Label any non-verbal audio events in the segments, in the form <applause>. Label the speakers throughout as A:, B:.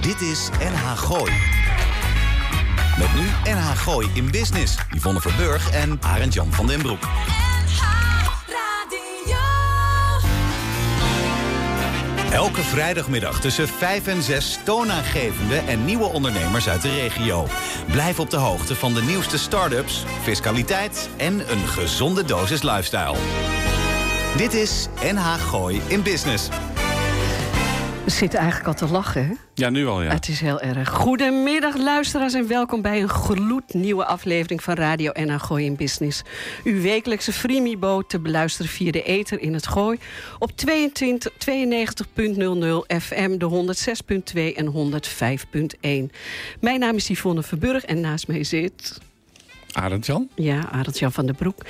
A: Dit is NH Gooi. Met nu NH Gooi in Business. Yvonne Verburg en Arend Jan van den Broek. Elke vrijdagmiddag tussen 5 en 6 toonaangevende en nieuwe ondernemers uit de regio. Blijf op de hoogte van de nieuwste start-ups, fiscaliteit en een gezonde dosis lifestyle. Dit is NH Gooi in Business.
B: We zitten eigenlijk al te lachen. hè?
C: Ja, nu al, ja.
B: Het is heel erg. Goedemiddag luisteraars en welkom bij een gloednieuwe aflevering van Radio NH Gooi in Business. Uw wekelijkse Freemibo te beluisteren via de ether in het Gooi op 22 92.00 FM, de 106.2 en 105.1. Mijn naam is Yvonne Verburg en naast mij zit...
C: Arend Jan?
B: Ja, Arend-Jan van den Broek.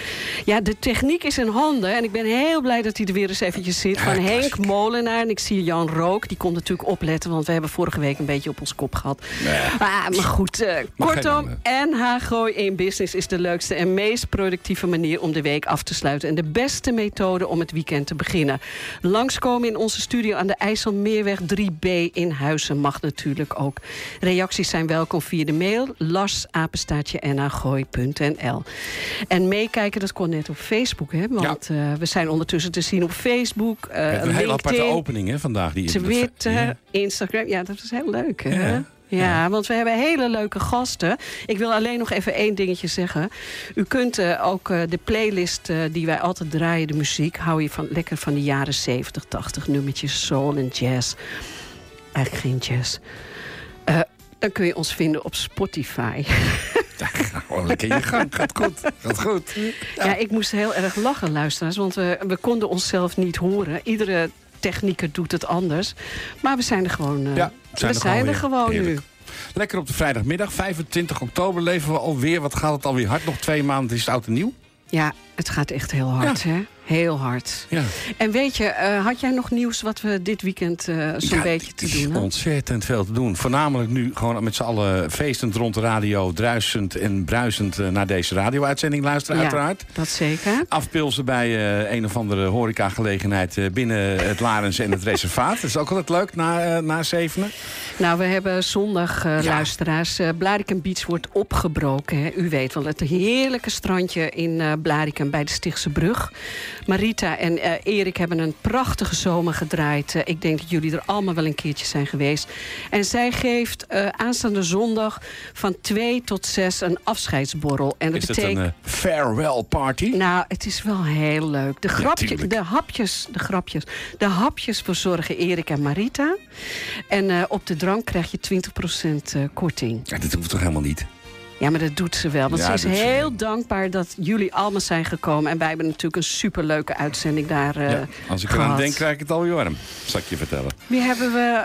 B: Ja, de techniek is in handen. En ik ben heel blij dat hij er weer eens eventjes zit. Van Henk Molenaar. En ik zie Jan Rook. Die komt natuurlijk opletten. Want we hebben vorige week een beetje op ons kop gehad. Ah, maar goed, eh,
C: Mag
B: kortom.
C: geen
B: NH Gooi in Business is de leukste en meest productieve manier om de week af te sluiten. En de beste methode om het weekend te beginnen. Langskomen in onze studio aan de IJsselmeerweg 3B in Huizen mag natuurlijk ook. Reacties zijn welkom via de mail lasapenstaartje.nhgooi.nl En meekijken, dat kon net op Facebook, hè? Want eh, we zijn ondertussen te zien op Facebook, eh,
C: Met een hele aparte
B: LinkedIn,
C: opening hè, vandaag. Die
B: Twitter,
C: Ja.
B: Instagram. Ja, dat is heel leuk, hè?
C: Ja.
B: Ja. want we hebben hele leuke gasten. Ik wil alleen nog even één dingetje zeggen. U kunt eh, ook eh, de playlist eh, die wij altijd draaien, de muziek... hou je van, lekker van de jaren 70, 80, nummertjes, soul en jazz. Eigenlijk geen jazz. Eh, dan kun je ons vinden op Spotify.
C: <laughs> Gewoon lekker in je gang. Gaat goed. Gaat goed.
B: <laughs> Ja. ik moest heel erg lachen, luisteraars. Want we, we konden onszelf niet horen. Iedere technieker doet het anders. Maar we zijn er gewoon, eh,
C: Ja,
B: we
C: zijn
B: zijn
C: er
B: er
C: gewoon
B: gewoon,
C: weer.
B: nu.
C: Heerlijk. Lekker op de vrijdagmiddag, 25 oktober, leven we alweer. Wat gaat het alweer hard? Nog twee maanden is het oud en nieuw.
B: Ja, het gaat echt heel hard, hè? Heel hard.
C: Ja.
B: En weet je, eh, had jij nog nieuws wat we dit weekend eh, zo'n
C: Ja,
B: beetje te
C: er is
B: doen hebben?
C: Ontzettend veel te doen. Voornamelijk nu gewoon met z'n allen feestend rond de radio, druisend en bruisend eh, naar deze radio-uitzending luisteren,
B: Ja.
C: uiteraard.
B: Dat zeker.
C: Afpilsen bij eh, een of andere horecagelegenheid eh binnen het Larens en het <laughs> reservaat. Dat is ook altijd leuk na, eh, na zevenen.
B: Nou, we hebben zondag, eh,
C: Ja.
B: luisteraars, eh Blarikum Beach wordt opgebroken. Hè? U weet wel, het heerlijke strandje in eh Blarikum bij de Stichtse Brug. Marita en eh, Erik hebben een prachtige zomer gedraaid. Eh, ik denk dat jullie er allemaal wel een keertje zijn geweest. En zij geeft eh, aanstaande zondag van 2 tot 6 een afscheidsborrel. En dat
C: Is dat
B: betekent...
C: een eh, farewell party?
B: Nou, het is wel heel leuk. De, grapje,
C: tuurlijk.
B: de hapjes, de grapjes. De hapjes verzorgen Erik en Marita. En eh, op de drank krijg je 20% eh, korting.
C: Ja, dat hoeft toch helemaal niet?
B: Ja, maar dat doet ze wel. Want
C: Ja,
B: ze is
C: dat doet ze
B: heel dankbaar dat jullie allemaal zijn gekomen. En wij hebben natuurlijk een superleuke uitzending daar eh
C: ja, als ik
B: gehad.
C: eraan denk, eh- krijg ik het alweer warm. Zal ik je vertellen.
B: Wie hebben we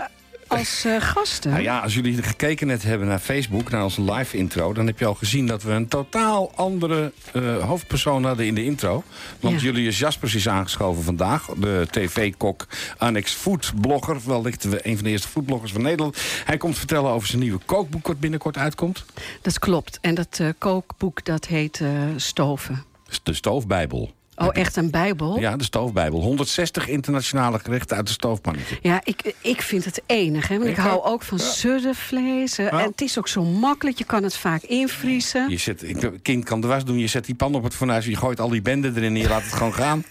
B: als eh, gasten?
C: Nou ja, als jullie gekeken net hebben naar Facebook, naar onze live intro... dan heb je al gezien dat we een totaal andere eh, hoofdpersoon hadden in de intro.
B: Ja.
C: Want Julius Jaspers is aangeschoven vandaag. De tv-kok, annex foodblogger. Wellicht een van de eerste foodbloggers van Nederland. Hij komt vertellen over zijn nieuwe kookboek wat binnenkort uitkomt.
B: Dat klopt. En dat eh, kookboek, dat heet eh, Stoven.
C: De Stoofbijbel.
B: Oh, echt een bijbel?
C: Ja, de Stoofbijbel. 160 internationale gerechten uit de stoofpannetje.
B: Ja, ik, ik vind het enig. Hè? Want ik
C: Ik
B: hou
C: ook.
B: ook van suddenvlees. eh,
C: Ja.
B: En het is ook zo makkelijk. Je kan het vaak invriezen.
C: Je zet, ik- kind kan de was doen, je zet die pan op het fornuis... je gooit al die benden erin en je laat het gewoon
B: <laughs>
C: gaan.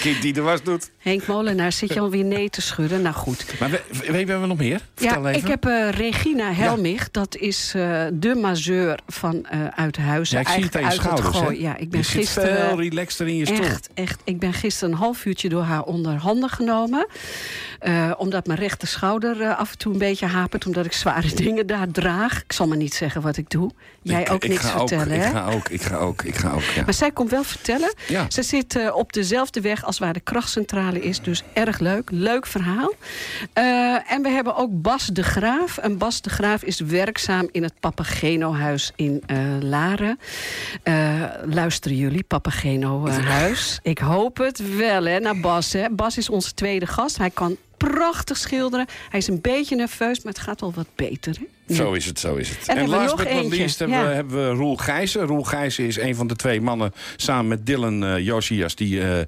C: kind die de was doet.
B: Henk Molenaar zit
C: <laughs>
B: je alweer nee te schudden. Nou goed.
C: Maar we, we- we hebben we nog meer? Vertel
B: Ja,
C: even.
B: ik heb eh, Regina Helmich. Dat is eh, de masseur van eh Uithuizen.
C: Ja, ik zie het aan je
B: eigenlijk uit
C: schouders.
B: het
C: hè?
B: gooi. Ja, ik ben
C: je
B: gisteren...
C: zit veel relaxter in je stoel.
B: Echt, echt. Ik ben gisteren een half uurtje door haar onder handen genomen. Eh, omdat mijn rechter schouder eh, af en toe een beetje hapert. Omdat ik zware <laughs> dingen daar draag. Ik zal maar niet zeggen wat ik doe. Jij
C: Ik-
B: ook
C: ik
B: niks
C: ga
B: vertellen,
C: ik
B: hè?
C: ga ook, ik ga ook, ik ga ook, ja.
B: Maar zij komt wel vertellen.
C: Ja.
B: Ze zit eh, op dezelfde weg als waar de krachtcentrale is. Dus erg leuk. Leuk verhaal. Eh, en we hebben ook Bas de Graaf. En Bas de Graaf is werkzaam in het Papageno-huis in eh, Laren. Eh, luisteren jullie, Papageno-huis? Ik hoop het wel, hè, naar Bas. Hè. Bas is onze tweede gast. Hij kan prachtig schilderen. Hij is een beetje nerveus, maar het gaat wel wat beter. Hè?
C: Zo is het, zo is het. En,
B: hebben we
C: last
B: nog
C: but not
B: eentje.
C: least hebben,
B: Ja.
C: we, hebben we Roel Gijzen. Roel Gijzen is een van de twee mannen samen met Dylan eh, Josias... die eh,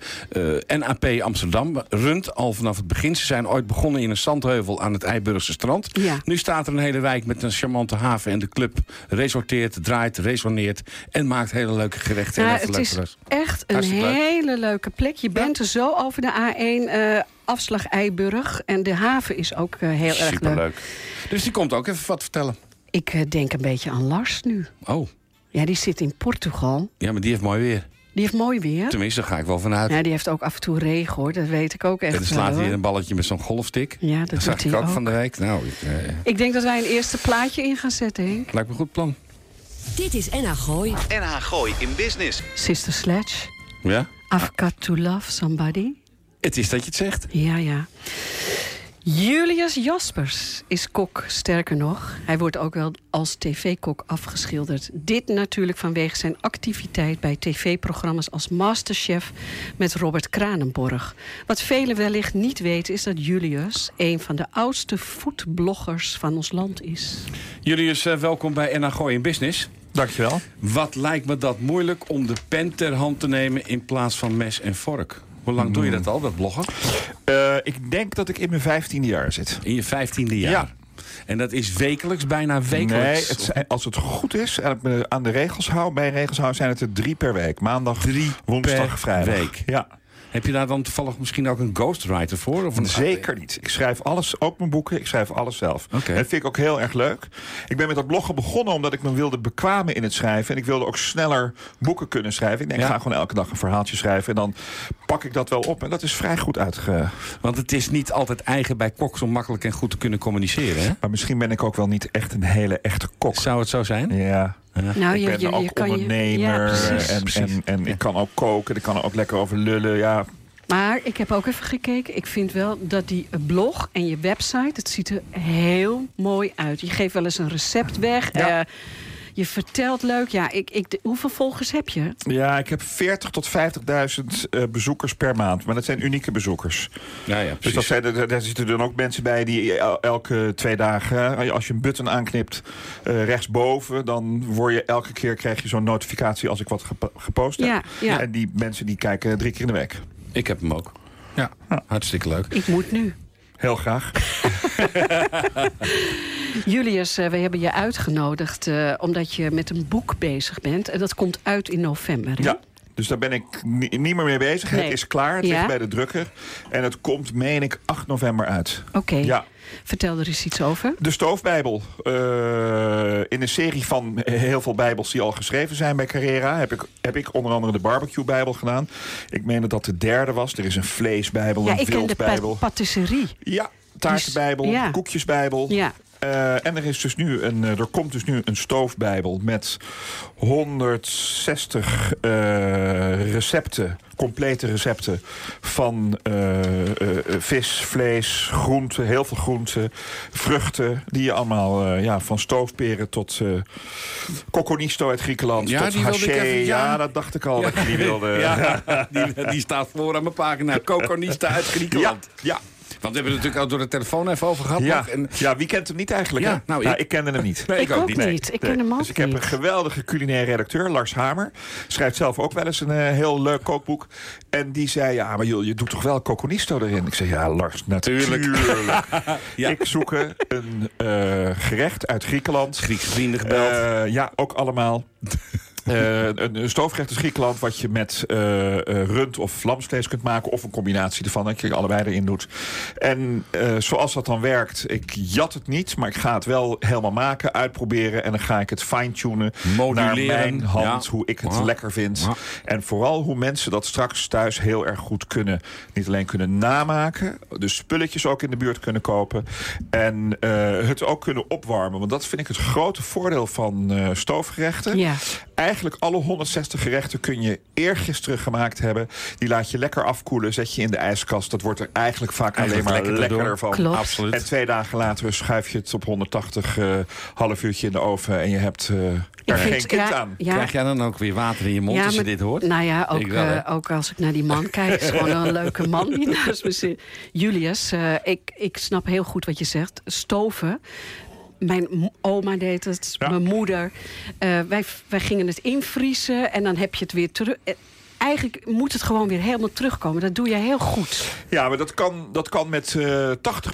C: eh, NAP Amsterdam runt al vanaf het begin. Ze zijn ooit begonnen in een zandheuvel aan het Eiburgse strand.
B: Ja.
C: Nu staat er een hele wijk met een charmante haven... en de club resorteert, draait, resoneert... en maakt hele leuke gerechten. en
B: Ja,
C: heeft
B: het
C: een
B: is
C: leuke rest.
B: echt een
C: Hartstikke leuk.
B: hele leuke plek. Je bent er zo over de A1 eh, afslag Eiburg. En de haven is ook eh, heel erg leuk.
C: Superleuk. Dus die komt ook even wat vertellen.
B: Ik eh, denk een beetje aan Lars nu.
C: Oh,
B: Ja, die zit in Portugal.
C: ja, maar die heeft mooi weer.
B: Die heeft mooi weer.
C: Tenminste, daar ga ik wel vanuit.
B: Ja, die heeft ook af en toe regen hoor. Dat weet ik ook echt.
C: En dan
B: wel,
C: slaat hij
B: hoor.
C: een balletje met zo'n golfstick.
B: Ja, dat,
C: Dat
B: doet
C: zag
B: hij
C: ik ook,
B: ook.
C: van de week. Nou, ik, eh,
B: Ik denk dat wij een eerste plaatje in gaan zetten, Henk.
C: lijkt me een goed plan.
D: Dit is NH Gooi.
A: NH Gooi in Business.
B: Sister Sledge.
C: Ja?
B: I've got to love somebody.
C: Het is dat je het zegt.
B: Ja, ja. Julius Jaspers is kok, sterker nog. Hij wordt ook wel als tv-kok afgeschilderd. Dit natuurlijk vanwege zijn activiteit bij tv-programma's als Masterchef met Robert Kranenborg. Wat velen wellicht niet weten is dat Julius een van de oudste foodbloggers van ons land is.
C: Julius, eh, welkom bij NH Gooi in Business.
E: Dankjewel.
C: Wat lijkt me dat moeilijk om de pen ter hand te nemen in plaats van mes en vork? Hoe lang doe je dat al, dat bloggen?
E: Eh, ik denk dat ik in mijn vijftiende jaar zit.
C: In je vijftiende jaar.
E: Ja.
C: En dat is wekelijks, bijna wekelijks.
E: Nee, het zijn, als het goed is en ik me aan de regels hou, bij regels hou, zijn het er drie per week. Maandag,
C: Drie
E: woensdag,
C: per
E: vrijdag.
C: week.
E: Ja,
C: Heb je daar dan toevallig misschien ook een ghostwriter voor? Of een
E: zeker niet. Ik schrijf alles, ook mijn boeken, ik schrijf alles zelf.
C: Oké.
E: Dat vind ik ook heel erg leuk. Ik ben met dat bloggen begonnen omdat ik me wilde bekwamen in het schrijven. En ik wilde ook sneller boeken kunnen schrijven. Ik denk,
C: Ja.
E: ik ga gewoon elke dag een verhaaltje schrijven. En dan pak ik dat wel op. En dat is vrij goed uitge...
C: Want het is niet altijd eigen bij koks om makkelijk en goed te kunnen communiceren. Hè?
E: Maar misschien ben ik ook wel niet echt een hele echte kok.
C: Zou het zo zijn?
E: Ja.
B: Nou,
E: ik ben ook
B: Ja,
E: ondernemer eh,
B: precies.
E: en,
C: precies.
E: en, en ik kan ook koken, ik kan er ook lekker over lullen. Ja,
B: Maar ik heb ook even gekeken. Ik vind wel dat die eh, blog en je website, het ziet er heel mooi uit. Je geeft wel eens een recept weg.
E: Ja.
B: eh, je vertelt leuk. Ja, ik, ik, de- hoeveel volgers heb je?
E: ja ik heb 40 tot 50.000 eh, bezoekers per maand. Maar dat zijn unieke bezoekers.
C: Ja, ja,
E: Dus dat zijn, daar, daar zitten dan ook mensen bij die el- elke twee dagen... eh, als je een button aanknipt eh, rechtsboven... dan word je elke keer krijg je zo'n notificatie als ik wat gepo- gepost
B: Ja,
E: heb.
B: ja.
E: En die mensen die kijken drie keer in de week.
C: Ik heb hem ook. Ja, hartstikke leuk.
B: Ik moet nu.
E: Heel graag.
B: Julius, eh, we hebben je uitgenodigd eh, omdat je met een boek bezig bent. En dat komt uit in november. hè?
E: Ja. Dus daar ben ik ni- niet meer mee bezig.
B: Nee.
E: Het is klaar. Het
B: Ja.
E: ligt bij de drukker. En het komt, meen ik, 8 november uit.
B: Oké,
E: Ja.
B: vertel er eens iets over.
E: De Stoofbijbel. Eh, in een serie van heel veel bijbels die al geschreven zijn bij Carrera... heb ik, heb ik onder andere de barbecue-bijbel gedaan. Ik meen dat dat de derde was. Er is een vleesbijbel,
B: Ja,
E: een
B: ik ken de pa-
E: wildbijbel.
B: patisserie.
E: Ja, taartenbijbel,
B: Die is- ja.
E: koekjesbijbel.
B: Ja.
E: Eh, en er, is dus nu een, eh, er komt dus nu een stoofbijbel met 160 eh, recepten, complete recepten van eh, eh, vis, vlees, groenten, heel veel groenten, vruchten. Die je allemaal eh, ja, van stoofperen tot eh kokonisto uit Griekenland,
C: Ja,
E: tot
C: die wilde ik
E: haché.
C: even- ja.
E: ja. dat dacht ik al dat je die wilde.
C: <laughs> Ja, die, die staat voor aan mijn pagina. Coconista uit
E: ja,
C: Griekenland.
E: ja.
C: Want we hebben het natuurlijk al door de telefoon even over gehad.
E: Ja.
C: nog. En,
E: ja, wie kent hem niet eigenlijk?
C: Ja,
E: hè?
C: nou,
E: nou,
C: ik-
E: ik... kende hem niet.
C: nee,
B: ik, ook niet. Ik ken hem ook
E: dus ik heb
B: niet.
E: een geweldige culinaire redacteur, Lars Hamer. Schrijft zelf ook wel eens een eh, heel leuk kookboek. En die zei, ja, maar joh, je doet toch wel Coconisto erin? Ik zei, ja, Lars, natuurlijk.
C: Ja.
E: Ik zoek eh, een eh, gerecht uit Griekenland.
C: Grieks vrienden gebeld.
E: Eh, ja, ook allemaal. <laughs> Eh, een, een stoofgerecht uit Griekenland wat je met eh, eh, rund of lamsvlees kunt maken. Of een combinatie ervan, dat je allebei erin doet. En eh, zoals dat dan werkt, ik jat het niet. Maar ik ga het wel helemaal maken, uitproberen. En dan ga ik het fine-tunen naar
C: Moduleren,
E: mijn hand.
C: ja.
E: Hoe ik het
C: Ja.
E: lekker vind.
C: Ja.
E: En vooral hoe mensen dat straks thuis heel erg goed kunnen. Niet alleen kunnen namaken, dus spulletjes ook in de buurt kunnen kopen. En eh, het ook kunnen opwarmen. Want dat vind ik het grote voordeel van eh, stoofgerechten.
B: Ja.
E: Eigenlijk alle 160 gerechten kun je eergisteren gemaakt hebben. Die laat je lekker afkoelen, zet je in de ijskast. Dat wordt er eigenlijk vaak
C: Eigenlijk
E: alleen maar
C: lekkerder
E: lekkerder
C: door.
E: van.
B: Klopt.
C: Absoluut.
E: En twee dagen later schuif je het op 180 eh half uurtje in de oven. En je hebt eh, er
B: vind-
E: geen kind
B: ja,
E: aan.
B: ja.
C: Krijg jij dan ook weer water in je mond
B: Ja,
C: als je
B: maar-
C: dit hoort?
B: Nou ja, ook,
C: Ik wel, hè?
B: eh, ook als ik naar die man kijk, is gewoon een leuke man
C: <laughs>
B: die naast me zit. Julius, eh, ik, ik snap heel goed wat je zegt. Stoven. Mijn m- oma deed het,
E: Ja.
B: mijn moeder. Eh, wij, wij gingen het invriezen en dan heb je het weer terug. eh, Eigenlijk moet het gewoon weer helemaal terugkomen. Dat doe je heel goed.
E: Ja, maar dat kan, dat kan met eh 80%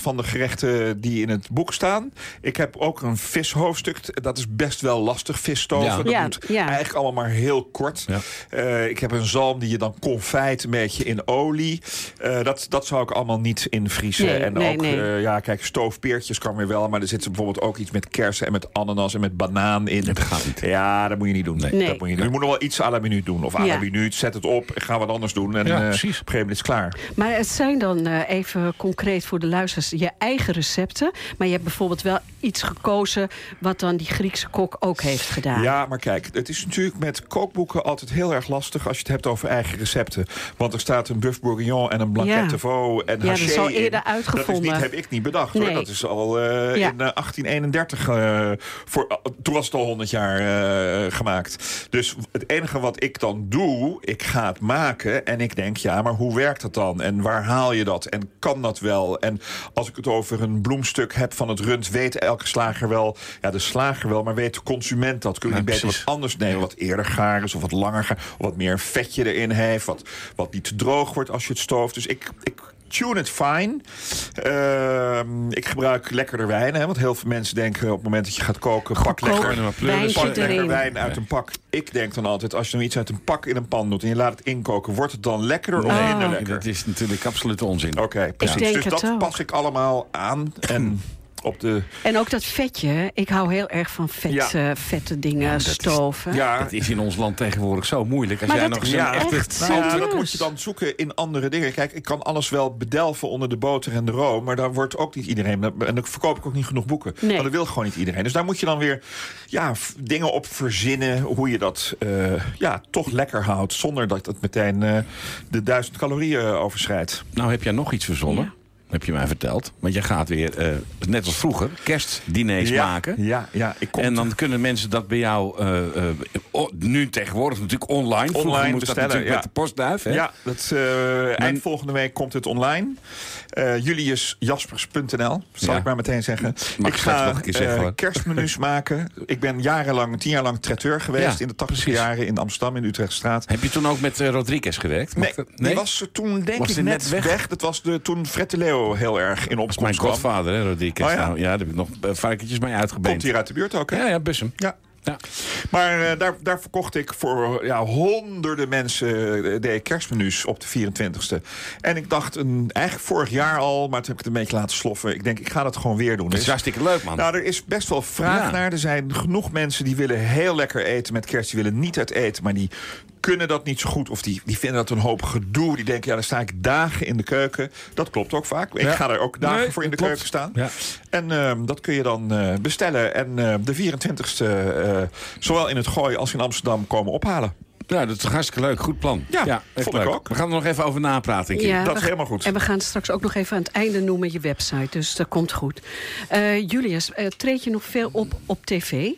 E: van de gerechten die in het boek staan. Ik heb ook een vishoofdstuk. T- Dat is best wel lastig, visstoven.
C: Ja.
E: Dat
B: Ja,
E: moet
B: ja.
E: eigenlijk allemaal maar heel kort.
C: Ja.
E: Eh, ik heb een zalm die je dan confijt een beetje in olie. Eh, dat, dat zou ik allemaal niet invriezen.
B: Nee,
E: en
B: nee,
E: ook,
B: nee.
E: eh, ja, kijk, stoofpeertjes kan weer wel. Maar er zit bijvoorbeeld ook iets met kersen en met ananas en met banaan in.
C: Dat gaat niet.
E: Ja, dat moet je niet doen.
C: Nee.
B: Nee.
E: Dat moet je, niet. je moet nog wel iets à la minuut doen. Of à la
B: Ja.
E: minuut, zet het op, ga wat anders doen. En
C: Ja,
E: eh,
C: precies.
E: op een gegeven moment is het klaar.
B: Maar het zijn dan eh, even concreet voor de luisteraars je eigen recepten. Maar je hebt bijvoorbeeld wel iets gekozen wat dan die Griekse kok ook heeft gedaan.
E: Ja, maar kijk, het is natuurlijk met kookboeken altijd heel erg lastig als je het hebt over eigen recepten. Want er staat een buff bourguignon en een blanquette
B: Ja.
E: de veau en
B: Ja, dat is
E: haché
B: al
E: in.
B: eerder
E: Dat is
B: uitgevonden.
E: niet, heb ik niet bedacht hoor.
B: Nee.
E: Dat is al eh, in eh, 1831, eh, voor, toen was het al 100 jaar eh, gemaakt. Dus het enige wat ik dan doe, ik ga het maken en ik denk, ja, maar hoe werkt dat dan? En waar haal je dat? En kan dat wel? En als ik het over een bloemstuk heb van het rund, weet elke slager wel, ja, de slager wel, maar weet de consument dat? Kun je
C: Ja,
E: niet beter wat
C: precies.
E: anders nemen, wat eerder gaar is of wat langer gaar, of wat meer vetje erin heeft, wat, wat niet te droog wordt als je het stooft. Dus ik, ik tune het fijn. Ehm, ik gebruik lekkerder wijn, hè, want heel veel mensen denken op het moment dat je gaat koken, pak
B: Goedkoop
E: lekker,
B: wijntje
E: pak lekker
B: erin.
E: wijn uit een pak. Ik denk dan altijd, als je nou iets uit een pak in een pan doet en je laat het inkoken, wordt het dan lekkerder of minder
C: Nee,
E: lekker?
C: dat is natuurlijk absoluut onzin.
E: Oké, precies.
B: denk
E: dus
B: het
E: dat
B: ook.
E: pas ik allemaal aan en op de...
B: En ook dat vetje. hè. Ik hou heel erg van vet,
E: Ja.
B: eh, vette dingen,
C: dat is-
B: stoven.
E: Ja,
C: Dat is in ons land tegenwoordig zo moeilijk. Als
B: Maar
C: jij
B: dat
C: nog
B: is
C: eens een
E: ja,
C: echte
B: echt
E: Nou,
B: serieus.
E: dat moet je dan zoeken in andere dingen. Kijk, ik kan alles wel bedelven onder de boter en de room. Maar daar wordt ook niet iedereen. En dan verkoop ik ook niet genoeg boeken.
B: Nee.
E: Maar dat wil gewoon niet iedereen. Dus daar moet je dan weer ja, f- dingen op verzinnen. Hoe je dat eh, ja, toch lekker houdt. Zonder dat het meteen eh, de duizend calorieën eh, overschrijdt.
C: Nou heb jij nog iets verzonnen. Heb je mij verteld. Want jij gaat weer, eh, net als vroeger, kerstdiners
E: ja,
C: maken.
E: Ja, ja, ik kom
C: En dan kunnen mensen dat bij jou, eh, eh, o- nu tegenwoordig natuurlijk online. Vroeger
E: Online
C: moest dat
E: bestellen,
C: natuurlijk
E: ja.
C: met de postduif. Hè?
E: Ja, dat, eh, eind volgende week komt het online. Eh JuliusJaspers.nl, zal
C: Ja.
E: ik maar meteen zeggen.
C: Mag
E: ik
C: straks
E: ga
C: nog een keer zeggen,
E: eh,
C: hoor. <laughs>
E: kerstmenu's maken. Ik ben jarenlang, tien jaar lang traiteur geweest
C: Ja,
E: in de 80
C: precies.
E: jaren in Amsterdam, in de Utrechtstraat.
C: Heb je toen ook met eh, Rodriguez gewerkt? Mag
E: Nee,
C: dat-
E: die was er toen denk
C: Was
E: ik
C: die
E: net,
C: net
E: weg.
C: weg?
E: Dat was de, toen Fred de Leo heel erg in
C: Dat is mijn
E: opkomst kwam.
C: godvader, hè, Rodriguez.
E: Oh, ja.
C: Nou, ja, daar heb ik nog eh, varkentjes mee
E: Komt
C: uitgebeend.
E: hier uit de buurt ook, hè?
C: Ja, ja, Bussum.
E: Ja.
C: Ja.
E: Maar eh, daar, daar verkocht ik voor ja, honderden mensen eh, deed ik kerstmenu's op de 24ste. En ik dacht, een, eigenlijk vorig jaar al, maar toen heb ik het een beetje laten sloffen. Ik denk, ik ga dat gewoon weer doen.
C: Dat
E: Er
C: is
E: is-
C: hartstikke leuk, man.
E: nou, er is best wel vraag
C: Ja.
E: naar. Er zijn genoeg mensen die willen heel lekker eten met kerst. Die willen niet uit eten, maar die kunnen dat niet zo goed. Of die, die vinden dat een hoop gedoe. Die denken, ja, dan sta ik dagen in de keuken. Dat klopt ook vaak. Ik
C: Ja.
E: ga er ook dagen
C: Nee,
E: voor in de
C: dat klopt.
E: keuken staan.
C: Ja.
E: En ehm, dat kun je dan eh, bestellen. En eh, de 24e, eh, zowel in het Gooi als in Amsterdam, komen ophalen.
C: Ja, Nou, dat is hartstikke leuk. Goed plan.
E: Ja,
C: echt
E: vond ik
C: leuk.
E: ook.
C: We gaan er nog even over napraten. Kim.
B: Ja,
E: dat
B: we
E: is
B: ga-
E: helemaal goed.
B: En we gaan straks ook nog even aan het einde noemen je website. Dus dat komt goed. Eh, Julius, eh, treed je nog veel op op tv?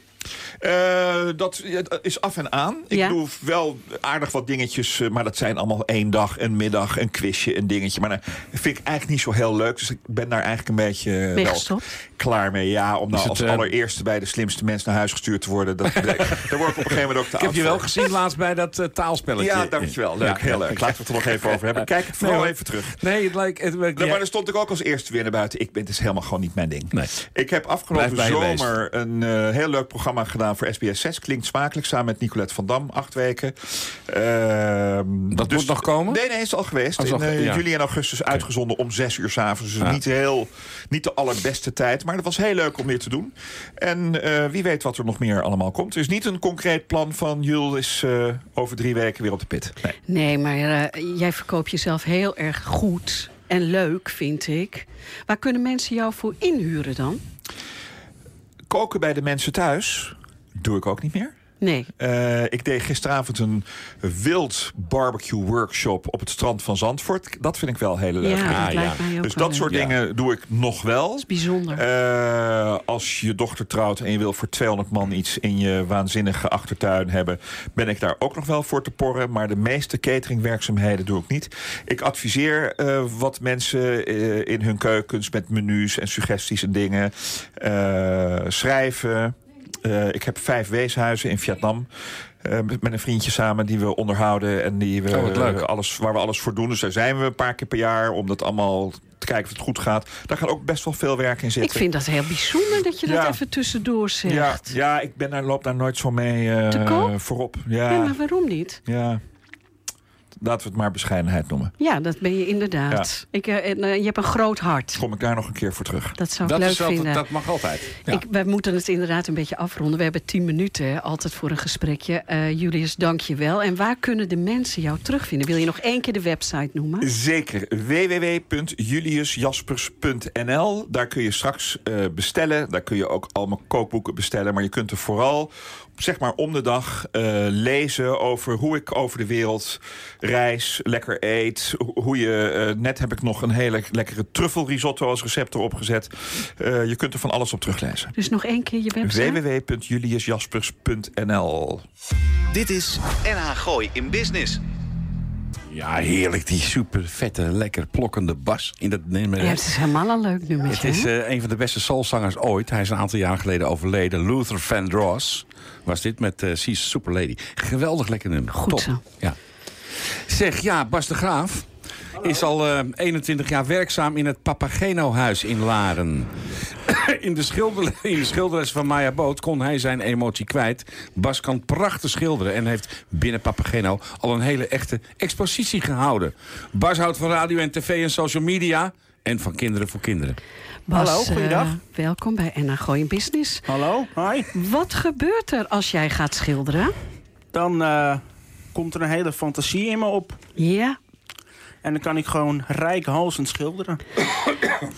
E: Eh, dat ja, dat is af en aan. Ik
B: Ja.
E: doe wel aardig wat dingetjes, eh, maar dat zijn allemaal één dag, een middag, een quizje, een dingetje. Maar dat vind ik eigenlijk niet zo heel leuk. Dus ik ben daar eigenlijk een beetje eh,
B: je
E: wel
B: gestopt?
E: klaar mee. Ja, om nou
C: het,
E: als
C: eh,
E: allereerste bij de slimste mens naar huis gestuurd te
C: <laughs>
E: worden. Dat, daar word ik op een gegeven moment ook te
C: Ik heb je wel
E: gezien.
C: gezien laatst bij dat eh, taalspelletje.
E: Ja, dankjewel. Leuk,
C: Ja,
E: heel
C: ja.
E: leuk. Laten we het er nog even over hebben. Kijk het vooral
C: hoor.
E: even terug.
C: Nee, het lijkt... Het,
E: Nou,
C: ja.
E: Maar daar stond ik ook als eerste weer naar buiten. Ik ben, het is helemaal gewoon niet mijn ding.
C: Nee.
E: Ik heb afgelopen
C: Blijf bij je
E: zomer een eh, heel leuk programma gedaan voor SBS6. Klinkt smakelijk, samen met Nicolette van Dam. Acht weken. Ehm,
C: Dat moet nog komen?
E: Nee, nee, is al geweest.
C: Oh, is
E: in
C: al ge-
E: eh,
C: ja.
E: juli en augustus uitgezonden om zes uur s'avonds. Dus
C: Ja.
E: niet, heel, niet de allerbeste tijd. Maar het was heel leuk om weer te doen. En eh, wie weet wat er nog meer allemaal komt. Er is niet een concreet plan van... Jul is eh, over drie weken weer op de pit. Nee.
B: Nee, maar eh, jij verkoopt jezelf heel erg goed en leuk, vind ik. Waar kunnen mensen jou voor inhuren dan?
E: Koken bij de mensen thuis doe ik ook niet meer.
B: Nee.
E: Eh, ik deed gisteravond een wild barbecue workshop op het strand van Zandvoort. Dat vind ik wel heel leuk.
B: Ja,
C: Ah,
B: dat lijkt
C: ja.
B: mij ook
E: Dus
B: wel
E: dat soort
B: leuk.
C: Ja.
E: dingen doe ik nog wel.
B: Dat is bijzonder.
E: Eh, als je dochter trouwt en je wil voor 200 man iets in je waanzinnige achtertuin hebben, ben ik daar ook nog wel voor te porren. Maar de meeste cateringwerkzaamheden doe ik niet. Ik adviseer eh, wat mensen eh, in hun keukens met menus en suggesties en dingen eh, schrijven. Eh, ik heb vijf weeshuizen in Vietnam. eh, met met een vriendje samen die we onderhouden en die we
C: Oh, wat leuk.
E: eh, alles, waar we alles voor doen. Dus daar zijn we een paar keer per jaar om dat allemaal te kijken of het goed gaat. Daar gaat ook best wel veel werk in zitten.
B: ik vind dat heel bijzonder dat je dat
E: Ja.
B: even tussendoor zegt.
E: ja, ja, ik ben daar, loop daar nooit zo mee eh,
B: Te koop?
E: voorop.
B: Ja,
E: Ja,
B: maar waarom niet?
E: ja. Laten we het maar bescheidenheid noemen.
B: Ja, dat ben je inderdaad. Ik, eh, en, eh, je hebt een groot hart.
E: Kom ik daar nog een keer voor terug.
B: Dat zou ik
C: Dat,
B: leuk
C: is altijd,
B: vinden.
C: dat mag altijd. Ja.
B: Ik, wij moeten het inderdaad een beetje afronden. We hebben tien minuten hè, altijd voor een gesprekje. Eh, Julius, dank je wel. En waar kunnen de mensen jou terugvinden? Wil je nog één keer de website noemen?
E: Zeker. www.juliusjaspers.nl. Daar kun je straks eh, bestellen. Daar kun je ook al mijn kookboeken bestellen. Maar je kunt er vooral zeg maar om de dag eh, lezen over hoe ik over de wereld reis, lekker eet. Ho- Hoe je, eh, net heb ik nog een hele lekkere truffelrisotto als recept erop gezet. Eh, je kunt er van alles op teruglezen.
B: Dus nog één keer je website?
E: www.juliusjaspers.nl
A: Dit is NH Gooi in Business.
C: Ja, heerlijk. Die super vette, lekker plokkende bas in dat nummer.
B: Ja, het is helemaal een leuk
C: Het
B: nummertje.
C: is
B: hè?
C: eh, een van de beste soulzangers ooit. Hij is een aantal jaar geleden overleden. Luther Vandross was dit met eh She's Super Lady. Geweldig lekker nummer.
B: Goed
C: Top.
B: zo.
C: Ja. Zeg, ja, Bas de Graaf is al eh, 21 jaar werkzaam in het Papageno-huis in Laren. <coughs> in, de schilder, in de schilderes van Maya Boot kon hij zijn emotie kwijt. Bas kan prachtig schilderen en heeft binnen Papageno al een hele echte expositie gehouden. Bas houdt van radio en tv en social media en van kinderen voor kinderen.
B: Bas,
F: Hallo,
B: eh,
F: goeiedag.
B: welkom bij NH Gooi in Business.
F: Hallo, hi.
B: Wat gebeurt er als jij gaat schilderen?
F: Dan eh, komt er een hele fantasie in me op.
B: Ja,
F: En dan kan ik gewoon rijkhalsend schilderen.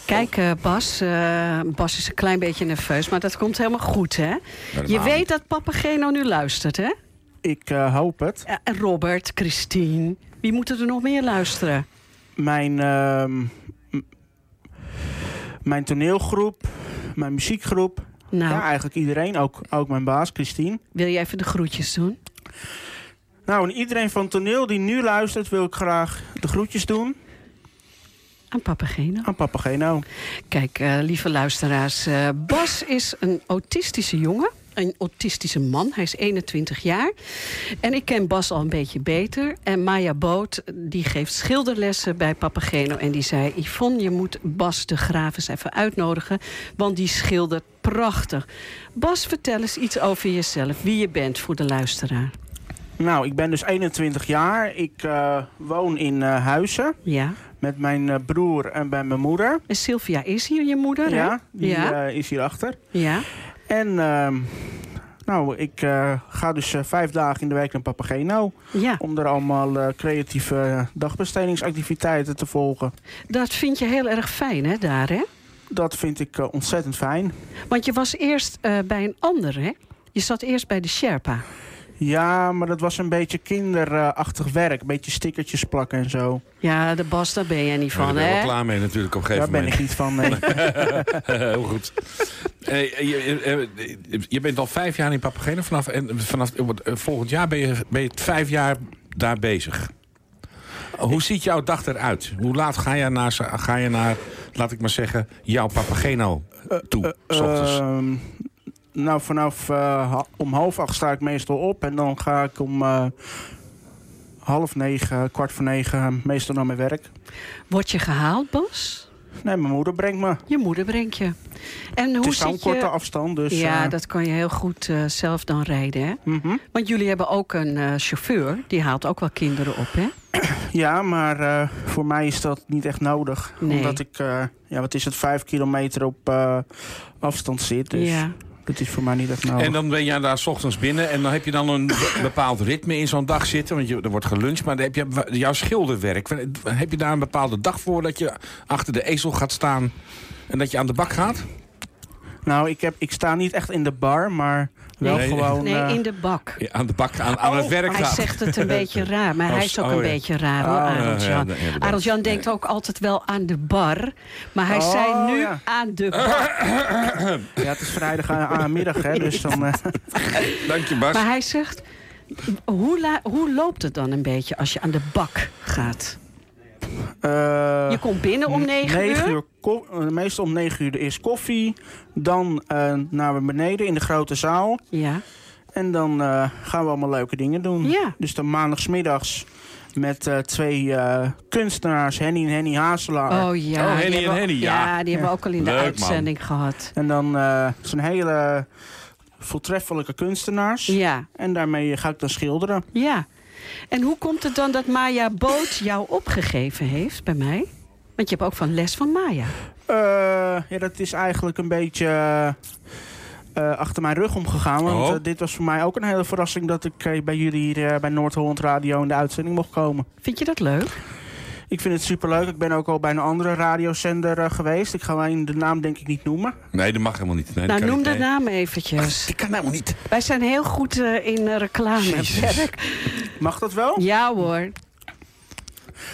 B: Kijk, eh, Bas. eh, Bas is een klein beetje nerveus, maar dat komt helemaal goed, hè? Je
C: Helemaal
B: weet
C: niet.
B: dat Papageno nu luistert, hè?
F: Ik eh, hoop het.
B: Ja, En Robert, Christine. Wie moeten er nog meer luisteren?
F: Mijn, ehm, m- mijn toneelgroep, mijn muziekgroep.
B: Nou,
F: Ja, eigenlijk iedereen. Ook, ook mijn baas, Christine.
B: wil je even de groetjes doen?
F: Nou, en iedereen van toneel die nu luistert, wil ik graag de groetjes doen
B: Aan Papageno.
F: aan Papageno.
B: Kijk, eh, lieve luisteraars. eh, Bas is een autistische jongen. Een autistische man. Hij is 21 jaar. En ik ken Bas al een beetje beter. En Maya Boot, die geeft schilderlessen bij Papageno. En die zei, Yvonne, je moet Bas de Graaf eens even uitnodigen. Want die schildert prachtig. Bas, vertel eens iets over jezelf. Wie je bent voor de luisteraar.
F: Nou, ik ben dus 21 jaar. Ik eh, woon in eh, Huizen
B: Ja.
F: met mijn eh, broer en bij mijn moeder.
B: En Sylvia is hier, je moeder, hè?
F: Ja, die
B: Oh, Ja.
F: eh, is hierachter.
B: Ja.
F: En ehm, nou, ik eh, ga dus eh, vijf dagen in de week naar Papageno.
B: Ja,
F: Om er allemaal eh, creatieve eh, dagbestedingsactiviteiten te volgen.
B: dat vind je heel erg fijn, hè, daar, hè?
F: Dat vind ik eh, ontzettend fijn.
B: Want je was eerst eh, bij een ander, hè? Je zat eerst bij de Sherpa.
F: Ja, maar dat was een beetje kinderachtig werk. Een beetje stickertjes plakken en zo.
B: Ja, de Bas, daar ben jij niet
C: Ja, daar
B: van,
C: ben ik wel
B: hè?
C: klaar mee natuurlijk op een
F: Daar
C: gegeven
F: ben
C: moment.
F: ik niet van. nee.
C: <laughs> Heel goed. Eh, je, je- eh, je bent al vijf jaar in Papageno. Vanaf, en vanaf eh, volgend jaar ben je, ben je vijf jaar daar bezig.
B: Oh,
C: Hoe ziet jouw dag eruit? Hoe laat ga je naar, ga je naar laat ik maar zeggen, jouw Papageno
F: Eh,
C: toe? s ochtends?
F: Ehm, nou, vanaf eh, ha- om half acht sta ik meestal op. En dan ga ik om eh, half negen, kwart voor negen, meestal naar mijn werk.
B: Word je gehaald, Bas?
F: Nee, mijn moeder brengt me.
B: Je moeder brengt je. En hoe
F: het is zo'n
B: zit
F: korte
B: je...
F: afstand, dus...
B: ja,
F: eh,
B: dat kan je heel goed eh, zelf dan rijden, hè?
F: mhm.
B: Want jullie hebben ook een eh, chauffeur. Die haalt ook wel kinderen op, hè?
F: Ja, maar eh, voor mij is dat niet echt nodig.
B: Nee.
F: Omdat ik, eh, ja, wat is het, vijf kilometer op eh, afstand zit. Dus
B: Ja.
F: dat is voor mij niet echt nodig.
C: En dan ben jij daar s ochtends binnen en dan heb je dan een be- bepaald ritme in zo'n dag zitten. Want je, er wordt geluncht, maar dan heb je wa- jouw schilderwerk. Heb je daar een bepaalde dag voor dat je achter de ezel gaat staan en dat je aan de bak gaat?
F: Nou, ik, heb, ik sta niet echt in de bar, maar Wel
C: Nee.
F: gewoon...
B: Nee,
F: eh,
B: in de bak.
C: Ja, aan de bak, aan, aan het werk
B: Oh, Hij
C: gaat.
B: zegt het
C: <laughs>
B: een beetje raar, maar
C: Oh,
B: hij is ook
C: oh,
B: een
C: ja. Oh,
B: beetje raar hoor,
F: Ah,
C: ja,
B: Arend-Jan.
C: ja, ja, dat-
B: Arend-Jan denkt ook altijd wel aan de bar, maar hij
F: Oh,
B: zei nu
F: ja.
B: aan de
C: <laughs>
B: bar.
F: ja, het is vrijdagmiddag, hè,
B: <laughs>
F: dus dan... eh,
C: Dank je, Bas.
B: Maar hij zegt, hoe, la- hoe loopt het dan een beetje als je aan de bak gaat?
F: eh,
B: Je komt binnen om negen
F: Negen
B: uur.
F: ko- eh, meestal om 9 uur eerst koffie. Dan eh, naar beneden in de grote zaal.
B: Ja.
F: En dan eh, gaan we allemaal leuke dingen doen.
B: Ja.
F: Dus dan maandagsmiddags met eh, twee eh, kunstenaars, Henny en Henny Hazelaar.
B: Oh ja.
C: Oh,
B: die
C: Henny en
B: hebben-
C: Henny, ja.
B: die hebben we ook al in de
C: Leuk, man.
B: uitzending gehad.
F: En dan eh, het zijn hele voortreffelijke kunstenaars.
B: Ja,
F: En daarmee ga ik dan schilderen.
B: ja. En hoe komt het dan dat Maya Boot jou opgegeven heeft bij mij? Want je hebt ook van les van Maya.
F: Eh, ja, dat is eigenlijk een beetje eh, eh, achter mijn rug omgegaan. Want
C: Oh.
F: eh, dit was voor mij ook een hele verrassing dat ik eh, bij jullie hier eh, bij Noord-Holland Radio in de uitzending mocht komen.
B: Vind je dat leuk?
F: Ik vind het superleuk. Ik ben ook al bij een andere radiozender eh, geweest. Ik ga alleen de naam denk ik niet noemen.
C: Nee, dat mag helemaal niet. Nee, dat
B: nou,
C: kan
B: noem
C: niet.
B: de
C: Nee.
B: naam eventjes.
C: Die kan helemaal niet.
B: Wij zijn heel goed eh, in eh, reclame.
C: Jezus.
B: Werk.
F: Mag dat wel?
B: Ja hoor.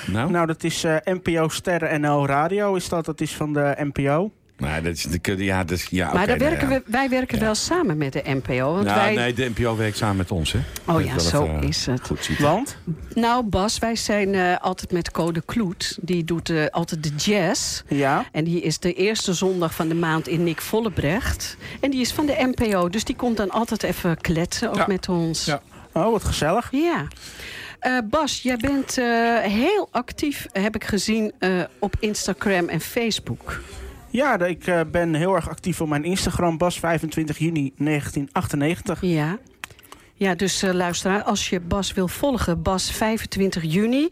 C: Nou,
F: Nou, dat is eh, NPO Sterren NL Radio is dat. Dat is van de NPO.
C: nee, dat is, de- ja, dat is, ja,
B: maar
C: oké,
B: daar
C: nou
B: werken
C: ja.
B: We, wij werken wel samen met de NPO. Want
C: Nou,
B: wij...
C: nee, de NPO werkt samen met ons, hè?
B: Oh
C: Dat
B: ja,
C: wel
B: zo
C: even, eh,
B: is het.
C: Goed ziet.
F: Want?
B: Nou Bas, wij zijn eh, altijd met Code Kloet. Die doet eh, altijd de jazz.
F: Ja.
B: En die is de eerste zondag van de maand in Nick Vollebrecht. En die is van de NPO. Dus die komt dan altijd even kletsen, ook
C: Ja.
B: met ons.
C: Ja.
B: Ja.
F: Oh, wat gezellig.
B: Eh, Bas, jij bent eh, heel actief, heb ik gezien, eh, op Instagram en Facebook.
F: Ja, ik eh, ben heel erg actief op mijn Instagram. Bas 25 juni 1998.
B: Ja. Ja, dus eh, luisteraar, als je Bas wil volgen, Bas 25 juni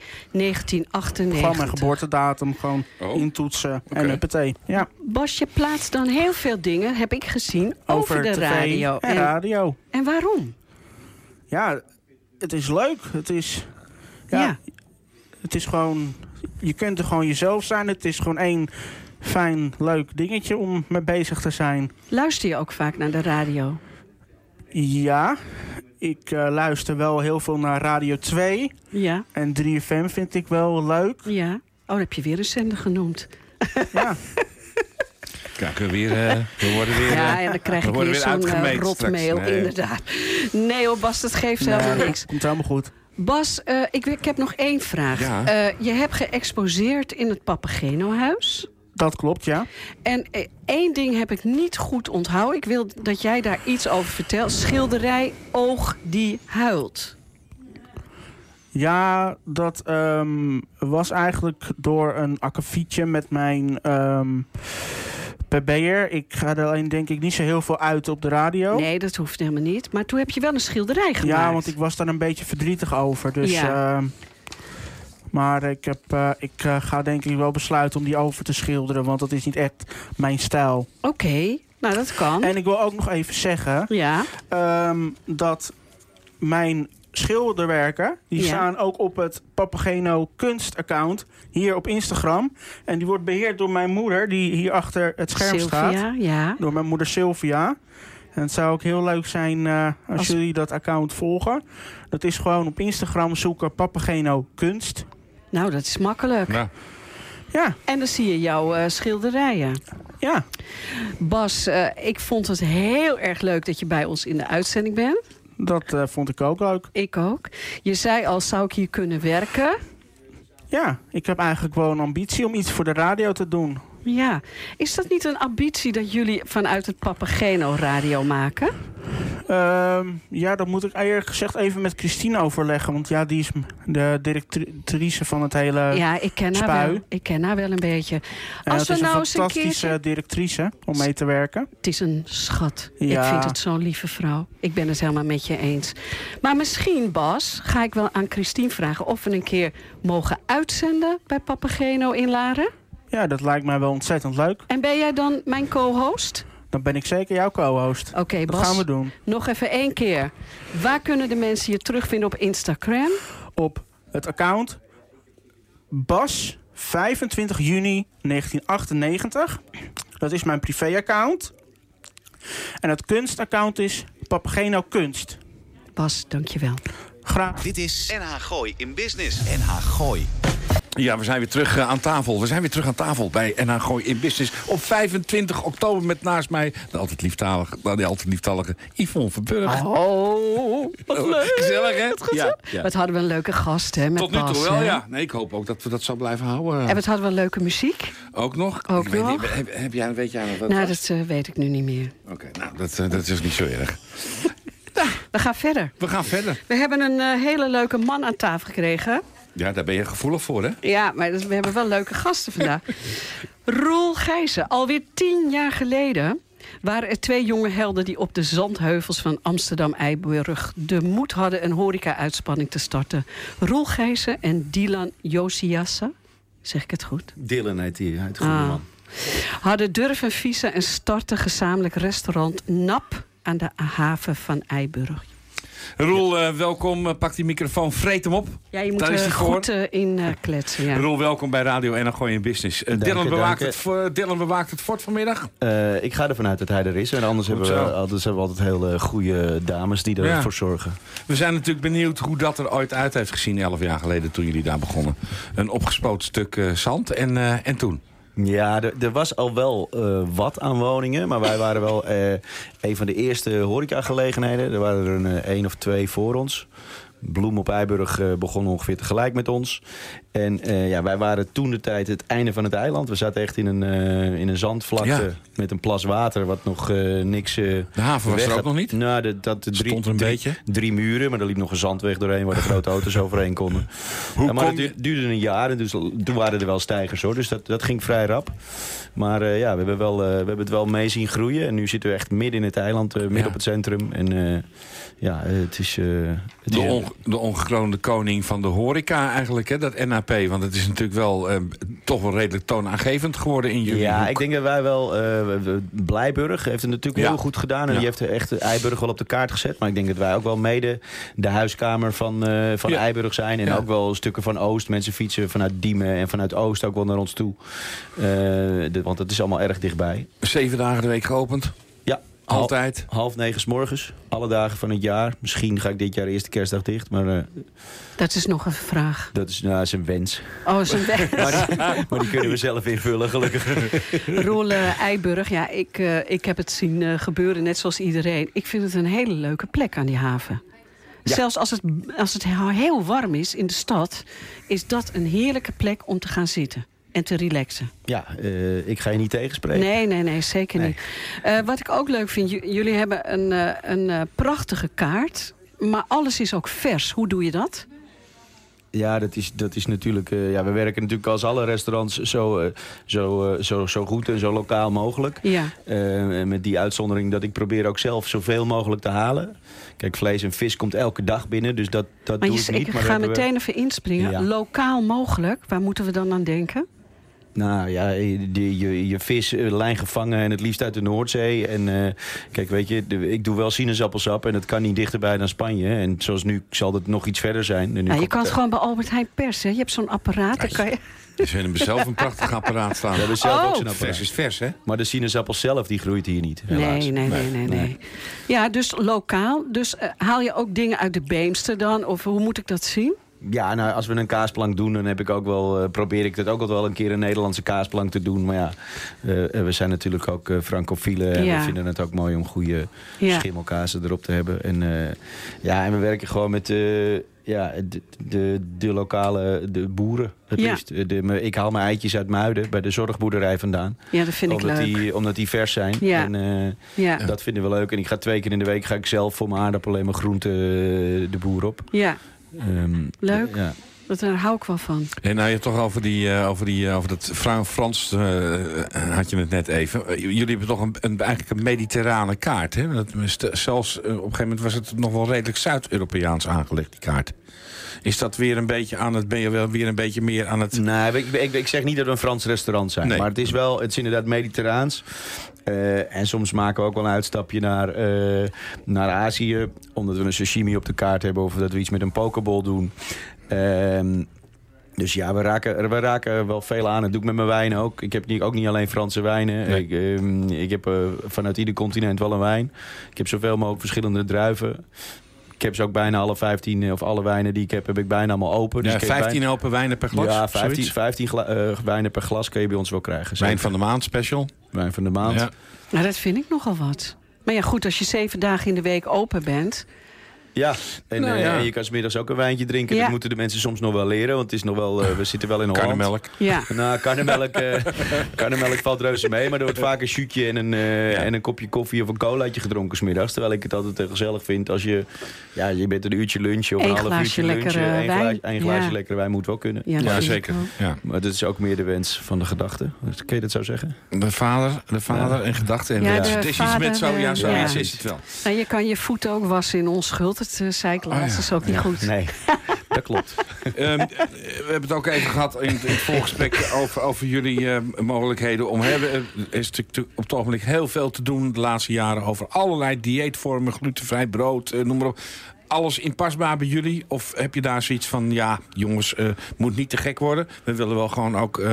B: 1998.
F: Gewoon mijn geboortedatum gewoon
C: Oh.
F: intoetsen.
C: Oké.
F: En huppatee. Ja,
B: Bas, je plaatst dan heel veel dingen, heb ik gezien, over, de
F: tv
B: radio.
F: en radio.
B: en waarom?
F: Ja, het is leuk. Het is, ja,
B: Ja.
F: het is gewoon... Je kunt er gewoon jezelf zijn. Het is gewoon één fijn, leuk dingetje om mee bezig te zijn.
B: Luister je ook vaak naar de radio?
F: Ja, ik eh, luister wel heel veel naar Radio 2.
B: Ja,
F: En 3FM vind ik wel leuk.
B: ja. Oh, dan heb je weer een zender genoemd.
F: Ja,
C: Kijk, we, weer, eh, we worden weer...
B: Ja,
C: eh,
B: en dan krijg
C: we
B: ik
C: worden
B: weer
C: weer
B: zo'n eh,
C: uitgemeten
B: rotmail,
C: straks. Nee.
B: inderdaad. Nee hoor, Bas, dat geeft helemaal niks.
F: komt helemaal goed.
B: Bas, eh, ik, wil- ik heb nog één vraag.
C: Ja.
B: Eh, je hebt geëxposeerd in het Papageno-huis.
F: Dat klopt, ja.
B: En eh, één ding heb ik niet goed onthouden. Ik wil dat jij daar iets over vertelt. Schilderij Oog die huilt.
F: Ja, dat ehm, was eigenlijk door een akkefietje met mijn ehm PB'er. Ik ga er alleen denk ik niet zo heel veel uit op de radio.
B: Nee, dat hoeft helemaal niet. Maar toen heb je wel een schilderij gemaakt.
F: ja, want ik was daar een beetje verdrietig over. Dus,
B: Ja.
F: ehm, maar ik, heb, eh, ik eh, ga denk ik wel besluiten om die over te schilderen. Want dat is niet echt mijn stijl.
B: Oké, nou dat kan.
F: En ik wil ook nog even zeggen
B: Ja,
F: ehm, dat mijn schilderwerken, die
B: Ja.
F: staan ook op het Papageno kunstaccount hier op Instagram. En die wordt beheerd door mijn moeder, die hier achter het scherm staat.
B: Sylvia, ja.
F: Door mijn moeder Sylvia. En het zou ook heel leuk zijn eh, als,
B: Als-
F: jullie dat account volgen. Dat is gewoon op Instagram zoeken Papageno kunst.
B: Nou, dat is makkelijk.
C: Nou,
F: Ja,
B: En dan zie je jouw eh, schilderijen.
F: ja.
B: Bas, eh, ik vond het heel erg leuk dat je bij ons in de uitzending bent.
F: Dat eh, vond ik ook leuk.
B: Ik ook. Je zei al, zou ik hier kunnen werken?
F: Ja, ik heb eigenlijk wel een ambitie om iets voor de radio te doen.
B: Ja. Is dat niet een ambitie dat jullie vanuit het Papageno radio maken?
F: Ehm, ja, dat moet ik eerlijk gezegd even met Christine overleggen. Want ja, die is m- de directrice van het hele...
B: ja, ik ken, haar
F: Eh, spui.
B: wel, ik ken haar wel een beetje.
F: en
B: Als
F: het
B: we
F: is een
B: nou eens een
F: fantastische
B: keertje...
F: directrice om mee te werken.
B: Het is een schat. Ik
F: Ja.
B: vind het zo'n lieve vrouw. Ik ben het helemaal met je eens. Maar misschien, Bas, ga ik wel aan Christine vragen... of we een keer mogen uitzenden bij Papageno in Laren.
F: Ja, dat lijkt mij wel ontzettend leuk.
B: En ben jij dan mijn co-host?
F: Dan ben ik zeker jouw co-host.
B: Oké,
F: dat
B: Bas,
F: gaan we doen.
B: nog even één keer. Waar kunnen de mensen je terugvinden op Instagram?
F: Op het account Bas 25 juni 1998. Dat is mijn privé-account. En het kunstaccount is Papageno Kunst.
B: Bas, dankjewel.
F: Graag.
A: Dit is NH Gooi in Business. NH Gooi.
C: Ja, we zijn weer terug eh, aan tafel. We zijn weer terug aan tafel bij NH Gooi in Business. Op 25 oktober met naast mij de altijd lieftalige, de altijd lieftalige Yvonne Verburg.
B: Oh, wat leuk.
C: Ah. Gezellig, hè?
B: Wat gezellig.
C: Ja, ja.
B: Wat hadden we een leuke gast, hè, met
C: Tot nu toe
B: Bas,
C: wel,
B: hè?
C: ja. Nee, ik hoop ook dat we dat zo blijven
B: En
C: houden.
B: wat hadden we leuke muziek?
C: Ook nog?
B: Ook
C: Ik weet
B: nog?
C: niet, heb, heb jij, weet jij nog wat?
B: nou, dat eh, weet ik nu niet meer.
C: Oké, nou, dat, eh, dat is niet zo erg.
B: We gaan verder.
C: We gaan verder.
B: We hebben een eh, hele leuke man aan tafel gekregen.
C: Ja, daar ben je gevoelig voor, hè?
B: Ja, maar dat- we hebben wel leuke gasten
C: <laughs>
B: vandaag. Roel Gijzen, alweer tien jaar geleden waren er twee jonge helden die op de zandheuvels van Amsterdam-Eiburg de moed hadden een horeca-uitspanning te starten. Roel Gijzen en Dylan Josiasse, zeg ik het goed?
G: Dylan heet die, heet de
B: Ah.
G: goede man.
B: hadden durven vissen en starten gezamenlijk restaurant NAP aan de haven van Eiburg.
C: Roel, eh, welkom. Eh, Pak die microfoon, vreet hem op.
B: Ja, je moet
C: Daar is
B: er
C: hij voor.
B: goed eh, in eh, kletsen. Ja.
C: Roel, welkom bij Radio en Gooi in Business. Eh,
G: Dank je,
C: Dylan, bewaakt
G: dank
C: het,
G: je.
C: voor- Dylan bewaakt het fort vanmiddag.
G: Eh, ik ga ervan uit dat hij er is. En anders,
C: Goed
G: hebben we,
C: zo.
G: anders hebben we altijd hele goede dames die
C: Ja.
G: ervoor zorgen.
C: We zijn natuurlijk benieuwd hoe dat er ooit uit heeft gezien... elf jaar geleden toen jullie daar begonnen. Een opgespoten stuk eh, zand en, eh, en toen.
G: Ja, er, er was al wel eh, wat aan woningen. Maar wij waren wel eh, een van de eerste horecagelegenheden. Er waren er een, eh, één of twee voor ons. Bloem op Eiburg eh, begon ongeveer tegelijk met ons. En eh, ja, wij waren toen de tijd het einde van het eiland. We zaten echt in een, eh, in een zandvlakte
C: Ja.
G: met een plas water... wat nog eh, niks... eh,
C: De haven was
G: weg
C: er ook
G: had.
C: nog niet.
G: Nou, de, dat de drie,
C: Stond er een
G: drie-
C: beetje.
G: drie muren, maar er liep nog een zandweg doorheen... waar de
C: <laughs>
G: grote auto's overheen konden. Ja, maar
C: kom
G: het
C: je-
G: du- duurde een jaar en dus, toen waren er wel stijgers hoor. Dus dat, dat ging vrij rap. Maar eh, ja, we hebben, wel, eh, we hebben het wel mee zien groeien. En nu zitten we echt midden in het eiland, eh, midden
C: Ja.
G: op het centrum. En eh, ja, eh, het is... eh, het
C: De,
G: is-
C: onge- de ongekroonde koning van de horeca eigenlijk, hè, dat NAP. Want het is natuurlijk wel eh, toch wel redelijk toonaangevend geworden in jullie
G: Ja,
C: hoek.
G: ik denk dat wij wel... eh, we- we- Blijburg heeft het natuurlijk
C: Ja.
G: heel goed gedaan. En
C: Ja.
G: die heeft echt Eiburg wel op de kaart gezet. Maar ik denk dat wij ook wel mede de huiskamer van, eh, van
C: Ja.
G: Eiburg zijn. En
C: Ja.
G: ook wel stukken van Oost. Mensen fietsen vanuit Diemen en vanuit Oost ook wel naar ons toe. Eh, de- want het is allemaal erg dichtbij.
C: Zeven dagen de week
G: <laughs>
C: geopend.
G: Ja.
C: Altijd.
G: Hal- half negen s morgens. Alle dagen van het jaar. Misschien ga ik dit jaar de eerste kerstdag dicht. Maar eh,
B: Dat is nog een vraag.
G: dat, is, nou, dat is een
C: <laughs>
G: wens.
B: Oh, zijn
G: <laughs>
B: weg.
G: Maar die, maar die kunnen we zelf invullen, gelukkig.
B: Roel eh, Eiburg, ja, ik, eh, ik heb het zien eh, gebeuren, net zoals iedereen. Ik vind het een hele leuke plek aan die haven.
G: Ja.
B: Zelfs als het, als het he- heel warm is in de stad, is dat een heerlijke plek om te gaan zitten en te relaxen.
G: Ja, eh, ik ga je niet tegenspreken.
B: Nee, nee, nee, zeker niet. Eh, wat ik ook leuk vind, j- jullie hebben een, eh, een eh, prachtige kaart. Maar alles is ook vers. Hoe doe je dat?
G: Ja, dat is, dat is natuurlijk. eh, ja, we werken natuurlijk als alle restaurants zo, eh, zo, eh, zo, zo goed en zo lokaal mogelijk.
B: Ja.
G: Eh, en met die uitzondering dat ik probeer ook zelf zoveel mogelijk te halen. Kijk, vlees en vis komt elke dag binnen, dus dat, dat
B: Maar
G: doe
B: je,
G: ik
B: ik
G: niet. maar
B: ga
G: dat hebben we-
B: meteen even inspringen.
G: Ja.
B: Lokaal mogelijk, waar moeten we dan aan denken?
G: Nou ja, die, je, je vis eh, lijn gevangen en het liefst uit de Noordzee. En eh, kijk, weet je, de- ik doe wel sinaasappelsap en dat kan niet dichterbij dan Spanje. En zoals nu zal dat nog iets verder zijn. En nu
B: Nou, je
G: komt
B: kan het gewoon bij Albert Heijn persen. Je hebt zo'n apparaat. daar kan je...
C: Dus we hebben zelf een prachtig apparaat staan.
G: We hebben zelf
B: Oh.
G: ook zo'n
C: Vers
G: apparaat.
C: is vers, hè?
G: Maar de sinaasappel zelf, die groeit hier niet, helaas.
B: Nee, nee, nee, nee, nee. Ja, dus lokaal. Dus eh, haal je ook dingen uit de Beemster dan? Of hoe moet ik dat zien?
G: Ja, nou, als we een kaasplank doen, dan heb ik ook wel, eh, probeer ik dat ook altijd wel een keer een Nederlandse kaasplank te doen. Maar ja, eh, eh, we zijn natuurlijk ook eh francofielen en
B: Ja.
G: we vinden het ook mooi om goede
B: Ja.
G: schimmelkazen erop te hebben. En, eh, ja, en we werken gewoon met eh, ja, de, de, de lokale de boeren het
B: Ja.
G: liefst. Eh, de- me- ik haal mijn eitjes uit Muiden bij de zorgboerderij vandaan.
B: Ja, dat vind ik
G: omdat,
B: leuk.
G: Die, omdat die vers zijn.
B: Ja.
G: En, eh,
B: Ja.
G: Dat vinden we leuk. En ik ga twee keer in de week ga ik zelf voor mijn aardappelen en mijn groenten eh, de boer op.
B: ja,
G: Ehm,
B: Leuk.
G: Ja.
B: dat, daar hou ik wel van.
C: En nou, je hebt toch over, die, eh, over, die, eh, over dat Fra- Frans, eh, had je het net even. Eh, j- jullie hebben toch een, een, eigenlijk een mediterrane kaart, hè? Dat is de- zelfs eh, op een gegeven moment was het nog wel redelijk Zuid-Europeaans aangelegd, die kaart. Is dat weer een beetje aan het, ben je wel weer een beetje meer aan het...
G: Nee, ik, ik, ik zeg niet dat we een Frans restaurant zijn.
C: Nee.
G: Maar het is wel, het is inderdaad mediterraans. Eh, en soms maken we ook wel een uitstapje naar, eh, naar Azië. Omdat we een sashimi op de kaart hebben of dat we iets met een pokeball doen. Ehm, Dus ja, we raken, we raken wel veel aan. Dat doe ik met mijn wijnen ook. Ik heb niet, ook niet alleen Franse wijnen.
E: Nee.
G: Ik, ehm, ik heb eh, vanuit ieder continent wel een wijn. Ik heb zoveel mogelijk verschillende druiven. Ik heb ze ook bijna alle 15 eh, of alle wijnen die ik heb, heb ik bijna allemaal open. Dus
C: Ja,
G: ik heb bijna-
C: 15 open wijnen per glas?
G: Ja,
C: of
G: 15,
C: zoiets?
G: 15 gla- eh, wijnen per glas kun je bij ons wel krijgen.
C: Wijn
G: Zeker.
C: van de maand special.
G: Wijn van de maand.
C: Ja.
G: Ja,
B: Nou, dat vind ik nogal wat. Maar ja, goed, als je zeven dagen in de week open bent.
G: en
C: Nou
G: eh,
C: ja.
G: je kan 's middags ook een wijntje drinken.
B: Ja.
G: Dat moeten de mensen soms nog wel leren, want het is nog wel, eh, we zitten wel in Holland.
C: Karnemelk.
B: Ja,
G: Nou, karnemelk, eh, <laughs> karnemelk valt reuze mee. Maar er wordt vaak een shootje en een, eh, en een kopje koffie of een colaatje gedronken smiddags. Terwijl ik het altijd eh, gezellig vind als je... Ja, je bent een uurtje lunchen of
B: Eén
G: een half
B: glaasje
G: uurtje lunchen.
B: lekkere
G: Eén
B: wijn.
G: glaasje, één glaasje
B: Ja.
G: lekkere wijn moet wel kunnen.
B: ja, dat
C: Ja,
B: vind ik
C: zeker.
B: wel.
C: Ja.
G: Maar dat is ook meer de wens van de gedachte. Kun je dat zo zeggen?
C: De vader, de vader en gedachten. En
B: Ja,
C: het
B: de
C: is- het is
B: vader,
C: iets met zo, ja,
B: eh,
C: zoiets
B: ja.
C: is het wel.
B: Nou, je kan je voeten ook wassen in onschuld. Dat eh, zei ik laatst.
C: Oh ja,
B: Dat is ook niet goed. <laughs>
G: Nee, dat klopt.
C: Ehm, eh, we hebben het ook even gehad in het, in het voorgesprek over, over jullie eh, mogelijkheden om hebben. Er is natuurlijk op het ogenblik heel veel te doen de laatste jaren over allerlei dieetvormen, glutenvrij brood, eh, noem maar op. Alles inpasbaar bij jullie? Of heb je daar zoiets van, ja, jongens, eh, moet niet te gek worden. We willen wel gewoon ook eh,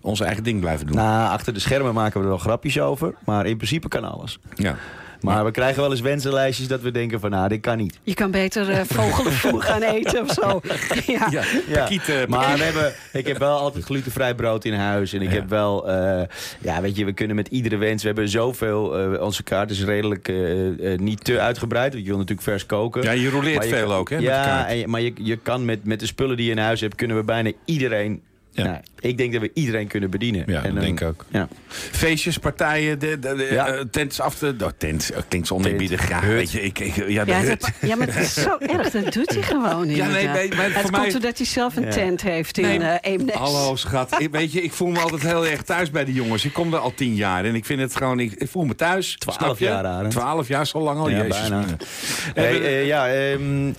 C: ons eigen ding blijven doen.
G: Nou, achter de schermen maken we er wel grapjes over. Maar in principe kan alles.
C: ja.
G: Maar we krijgen wel eens wensenlijstjes dat we denken van... Nou, dit kan niet.
B: Je kan beter eh, vogelenvoer gaan eten of zo. Ja.
C: Ja,
G: Ja,
C: Pakiet, eh,
G: maar we hebben, ik heb wel altijd glutenvrij brood in huis. En ik
C: Ja.
G: heb wel, eh, ja, weet je, we kunnen met iedere wens. We hebben zoveel, eh, onze kaart is redelijk eh, eh, niet te uitgebreid. Want je wil natuurlijk vers koken.
C: ja, je roleert
G: Maar je
C: veel
G: kan-
C: ook, hè? met elkaar.
G: Ja, en je- maar je, je kan met, met de spullen die je in huis hebt, kunnen we bijna iedereen.
C: Ja.
G: Nou, ik denk dat we iedereen kunnen bedienen.
C: Ja, dat
G: dan-
C: denk ik ook.
G: Ja.
C: Feestjes, partijen, de, de, de,
G: Ja.
C: eh, tents af te... Oh, tents, oh, klinkt zo oneerbiedig. Ja,
G: Hut.
C: weet je, ik, ik- ja, de
B: Ja,
C: hut.
B: dat- ja, maar het is zo erg. Dat doet hij gewoon
C: Ja, nee,
B: inderdaad.
C: nee, maar
B: het
C: voor
B: komt
C: mij-
B: doordat hij zelf een
G: Ja.
B: tent heeft in
C: Nee.
B: eh Eemnes.
C: Hallo schat, ik, weet je, ik voel me altijd heel erg thuis bij de jongens. Ik kom er al tien jaar en ik vind het gewoon, ik, ik voel me thuis.
G: Twaalf
C: snap je?
G: jaar, Arend.
C: Twaalf jaar, zo lang al,
G: Ja,
C: jezus.
G: bijna.
C: Hey,
G: Hey, eh, ja, ehm,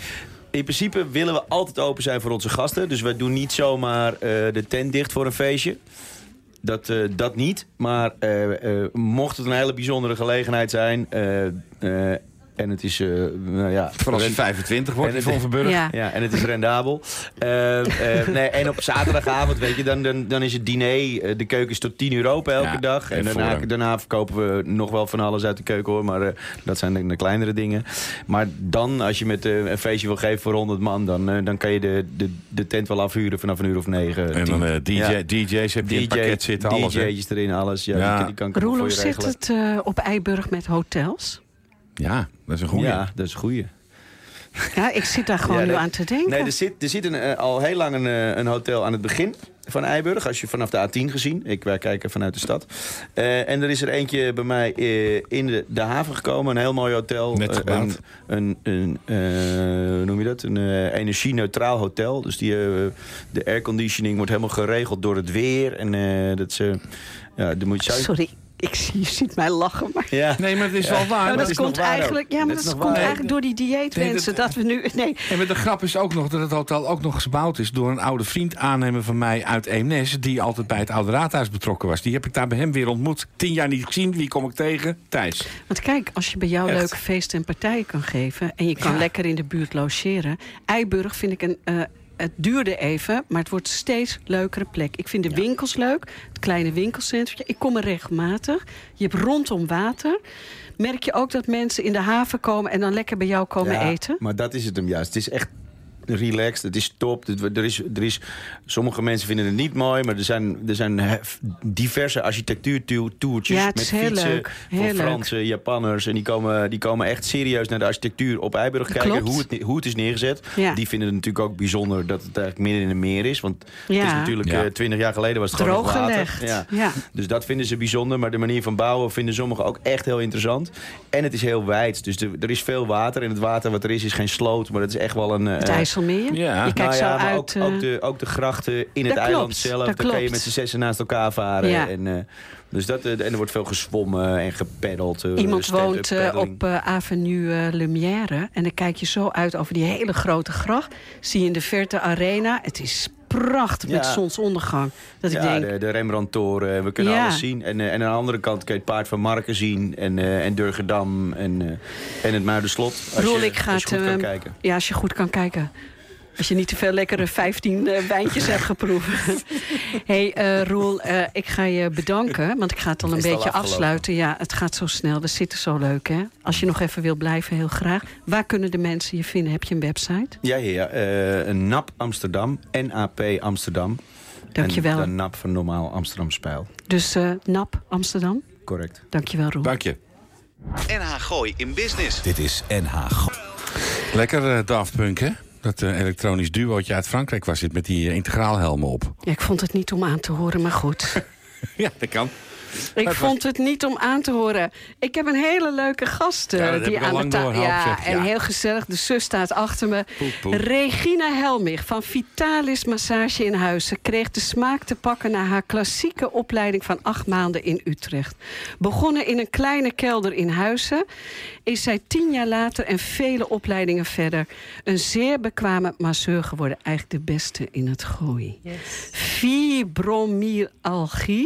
G: in principe willen we altijd open zijn voor onze gasten. Dus we doen niet zomaar eh, de tent dicht voor een feestje. Dat, eh, dat niet. Maar eh, eh, mocht het een hele bijzondere gelegenheid zijn. eh, eh, en het is, eh, nou ja,
C: Voor als je
G: ren-
C: 25 wordt,
G: en-
C: Yvonne van Burg.
B: Ja.
G: ja, en het is rendabel. Eh, eh, nee, en op zaterdagavond, weet je, dan, dan, dan is het diner. eh, De keuken is tot 10 uur open elke
C: Ja,
G: dag. En
C: en
G: daarna,
C: voor-
G: daarna verkopen we nog wel van alles uit de keuken hoor. Maar eh, dat zijn de, de kleinere dingen. Maar dan, als je met eh, een feestje wil geven voor 100 man, dan, eh, dan kan je de, de, de tent wel afhuren vanaf een uur of negen.
C: En dan
G: tien.
C: eh, DJ,
G: Ja.
C: DJ's heb je in het pakket zitten, alles. hè?
G: DJ'tjes erin, alles. Ja,
C: Ja.
G: Die, kan- die kan ik allemaal
B: Roel, hoe
G: voor je
B: zit
G: regelen.
B: het eh, op Eiburg met hotels?
C: Ja, dat is een goede.
G: Ja, dat is een goeie.
B: Ja, ik zit daar gewoon
G: <laughs> Ja,
B: nu
G: dat-
B: aan te denken.
G: Nee, er zit, er zit een, eh, al heel lang een, eh, een hotel aan het begin van Eiburg. Als je vanaf de A10 gezien. Ik, wij kijken vanuit de stad. Eh, en er is er eentje bij mij eh, in de, de haven gekomen. Een heel mooi hotel.
C: Net
G: Eh,
C: gebouwd.
G: een een, een, eh, hoe noem je dat? Een eh, energie-neutraal hotel. Dus die, eh, de airconditioning wordt helemaal geregeld door het weer. En eh, dat ze... Ja, dan moet je...
B: Sorry, ik zie, je ziet mij lachen, maar...
G: Ja.
C: Nee, maar het is wel waar.
B: Nou,
G: dat
B: dat,
G: is nog
B: komt
G: waar ook.
B: eigenlijk, ja, maar
G: Dat
B: dat,
G: is nog
B: komt
G: waar.
B: eigenlijk door die dieetwensen.
C: Nee,
B: dat, we nu. Nee,
C: En met de grap is ook nog dat het hotel ook nog gebouwd is... door een oude vriend aannemer van mij uit Eemnes... die altijd bij het Oude Raadhuis betrokken was. Die heb ik daar bij hem weer ontmoet. Tien jaar niet gezien. Wie kom ik tegen? Thijs.
B: want kijk, als je bij jou
C: Echt.
B: leuke feesten en partijen kan geven. en je kan lekker in de buurt logeren. Eiburg vind ik een. eh, het duurde even, maar het wordt een steeds leukere plek. Ik vind de winkels leuk, het kleine winkelcentrum. Ik kom er regelmatig. Je hebt rondom water. Merk je ook dat mensen in de haven komen en dan lekker bij jou komen
G: Ja,
B: eten?
G: Maar dat is het hem juist. Het is echt relaxed, het is top. Het- Er is, er is, sommige mensen vinden het niet mooi, maar er zijn, er zijn hef- diverse architectuurtoertjes
B: Ja, het
G: met
B: is heel
G: fietsen
B: leuk.
G: voor
B: Heel leuk.
G: Fransen, Japanners. En die komen, die komen echt serieus naar de architectuur op Eiburg kijken,
B: Klopt.
G: hoe het, ne- hoe het is neergezet.
B: Ja.
G: Die vinden het natuurlijk ook bijzonder dat het eigenlijk midden in een meer is. Want het is
B: Ja.
G: natuurlijk eh,
C: Ja.
G: twintig jaar geleden was het gewoon nog
B: Drooggelegd.
G: water. Ja.
B: ja.
G: Dus dat vinden ze bijzonder. Maar de manier van bouwen vinden sommigen ook echt heel interessant. En het is heel wijd. Dus de- er is veel water. En het water wat er is, is geen sloot. Maar het is echt wel een... eh,
B: Het IJsselmeer.
C: ja.
B: Je kijkt
G: nou
B: zo
G: ja, maar
B: uit.
G: ook,
B: eh,
G: ook, de, ook de grachten in
B: dat
G: het eiland
B: klopt,
G: zelf.
B: dat
G: Daar kan je
B: klopt.
G: met z'n zessen naast elkaar varen.
B: Ja.
G: En, eh, dus dat, eh, en er wordt veel gezwommen en gepeddeld. eh,
B: Iemand
G: stand-up
B: woont eh,
G: paddling.
B: op eh, Avenue eh, Lumière. En dan kijk je zo uit over die hele grote gracht. Zie je in de verte arena. Het is prachtig met
G: Ja.
B: zonsondergang. Dat ik
G: Ja,
B: denk,
G: de, de Rembrandt-toren. eh, We kunnen
B: Ja.
G: alles zien. En, eh, en aan de andere kant kun je het Paard van Marken zien. En, eh en Durgedam. En, eh, en het Muiderslot. Als
B: Roel,
G: je,
B: ik ga
G: als je
B: het,
G: goed kan
B: eh,
G: kijken.
B: ja, als je goed kan kijken. Als je niet te veel lekkere 15 eh, wijntjes hebt
G: <laughs>
B: geproefd. hey, eh, Roel, eh, ik ga je bedanken. Want ik ga het al een
G: Is het al
B: beetje
G: afgelopen?
B: afsluiten. Ja, het gaat zo snel. We zitten zo leuk, hè? Als je nog even wil blijven, heel graag. Waar kunnen de mensen je vinden? Heb je een website?
G: Ja, ja, ja. eh, NAP Amsterdam. NAP Amsterdam.
B: Dankjewel.
G: En de NAP van Normaal Amsterdam Spijl.
B: Dus eh, NAP Amsterdam.
G: Correct.
B: Dankjewel, Roel.
C: Dank je.
A: NH Gooi in Business. Dit is NH Gooi.
C: Lekker eh, Daft Punk, hè? Dat eh, elektronisch duootje uit Frankrijk was dit met die eh, integraalhelmen op.
B: Ja, ik vond het niet om aan te horen, maar goed.
C: <laughs> Ja, dat kan.
B: Ik vond het niet om aan te horen. Ik heb een hele leuke gast eh,
C: Ja, dat heb
B: die
C: ik al
B: aan de
C: lang
B: ta-
C: doorgehad,
B: Ja,
C: zeg.
B: en
C: Ja.
B: heel gezellig. De zus staat achter me.
C: Poep, poep.
B: Regina Helmich van Vitalis Massage in Huizen kreeg de smaak te pakken na haar klassieke opleiding van acht maanden in Utrecht. Begonnen in een kleine kelder in Huizen, is zij tien jaar later en vele opleidingen verder een zeer bekwame masseur geworden. Eigenlijk de beste in het gooien. Fibromyalgie.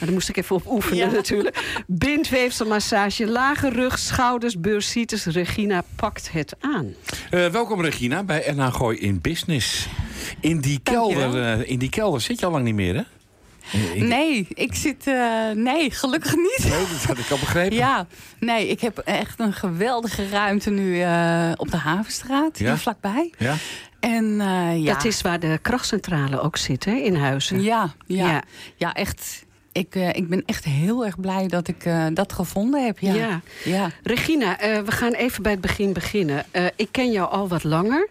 B: Nou, daar moest ik even op oefenen natuurlijk. Bindweefselmassage, lage rug, schouders, bursitis. Regina pakt het aan.
C: Eh, welkom Regina bij NH Gooi in Business. In die,
H: Dankjewel.
C: kelder, eh, in die kelder zit je al lang niet meer, hè? In- in-
H: Nee, ik zit. eh, nee, gelukkig
C: <laughs>
H: niet.
C: Nee, <laughs> dat had ik al begrepen.
H: Ja, nee, ik heb echt een geweldige ruimte nu eh, op de Havenstraat,
C: Ja?
H: hier vlakbij.
C: Ja?
H: En eh, ja.
B: Dat is waar de krachtcentrale ook zit, hè, in Huizen.
H: Ja, ja,
B: Ja.
H: ja. echt. Ik, eh, ik ben echt heel erg blij dat ik eh, dat gevonden heb. Ja.
B: Ja.
H: ja.
B: Regina, eh, we gaan even bij het begin beginnen. Eh, ik ken jou al wat langer.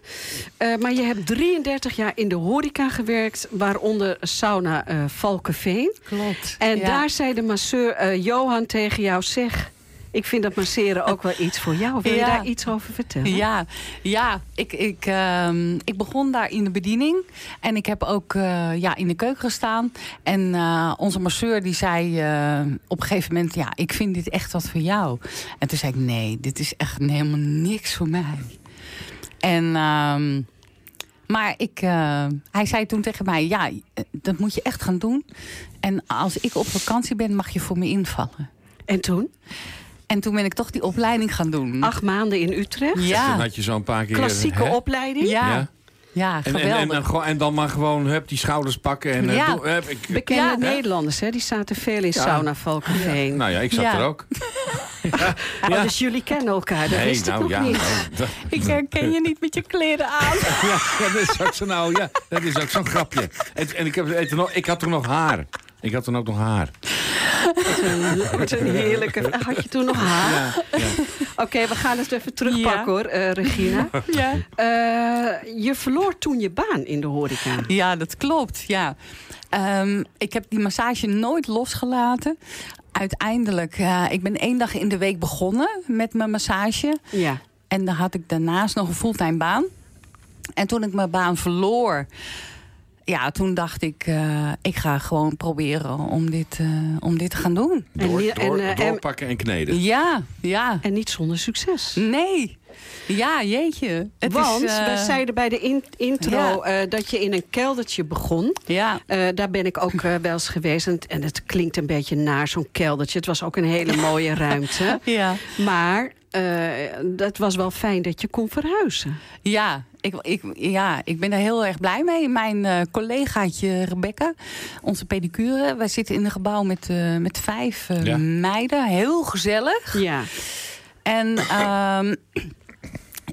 B: eh, maar je hebt 33 jaar in de horeca gewerkt. Waaronder sauna eh Valkenveen.
H: klopt.
B: En
H: Ja.
B: daar zei de masseur eh, Johan tegen jou... zeg, ik vind dat masseren ook wel iets voor jou. Wil je
H: Ja.
B: daar iets over vertellen?
H: Ja, ja ik, ik, ehm, ik begon daar in de bediening. En ik heb ook eh, ja, in de keuken gestaan. En eh, onze masseur die zei eh, op een gegeven moment... ja, ik vind dit echt wat voor jou. En toen zei ik, nee, dit is echt helemaal niks voor mij. En... ehm, maar ik, eh, hij zei toen tegen mij, ja, eh, dat moet je echt gaan doen. En als ik op vakantie ben, mag je voor me invallen.
B: En toen?
H: En toen ben ik toch die opleiding gaan doen.
B: Acht maanden in Utrecht.
C: Dan
H: ja.
C: had je zo een paar keer...
B: Klassieke
C: hè?
B: opleiding.
H: Ja.
C: Ja.
H: ja.
C: En, en,
H: geweldig.
C: en, dan, gewoon- en dan maar gewoon hup, die schouders pakken en... eh,
H: Ja.
C: doe- hup, ik,
B: Bekende
H: Ja.
B: Nederlanders, hè? die zaten veel in sauna Valkenveen.
C: nou ja, ik zat
H: Ja.
C: er ook.
B: Oh, dus jullie kennen elkaar, dat wist ik nog
C: ja.
B: niet.
C: nou, dat-
H: <laughs> Ik herken je niet met je kleren aan.
C: Ja, dat is ook zo'n oude- ja, dat is ook zo'n grapje. En, en ik, heb, en toen nog- ik had toen nog haar. Ik had toen ook nog haar. nou.
B: Wat een
C: <laughs>
B: heerlijke... Had je toen nog haar? Oké, we gaan het even terugpakken
H: Ja.
B: hoor, eh,
C: <laughs>
B: Regina.
H: Ja.
B: Eh, je verloor toen je baan in de horeca.
H: ja, dat klopt. Ja. Ehm, ik heb die massage nooit losgelaten. Uiteindelijk, eh, ik ben één dag in de week begonnen met mijn massage.
B: Ja.
H: En dan had ik daarnaast nog een fulltime baan. En toen ik mijn baan verloor, ja, toen dacht ik, eh, ik ga gewoon proberen om dit, eh, om dit te gaan doen.
C: Door,
B: nie-
C: door-
B: eh, en,
C: doorpakken en kneden.
H: Ja, ja.
B: en niet zonder succes.
H: Nee. Ja, jeetje. Het
B: Want
H: is, eh,
B: wij zeiden bij de in- intro
H: Ja.
B: eh, dat je in een keldertje begon.
H: Ja.
B: Eh, daar ben ik ook eh, wel eens geweest. En, het- en het klinkt een beetje naar zo'n keldertje. Het was ook een
H: <laughs>
B: hele mooie ruimte.
H: Ja.
B: Maar eh dat was wel fijn dat je kon verhuizen.
H: Ja, ik, ik, ja, ik ben daar heel erg blij mee. Mijn eh, collegaatje Rebecca, onze pedicure. Wij zitten in een gebouw met, eh, met vijf eh,
C: Ja.
H: meiden. Heel gezellig.
B: Ja.
H: En ehm,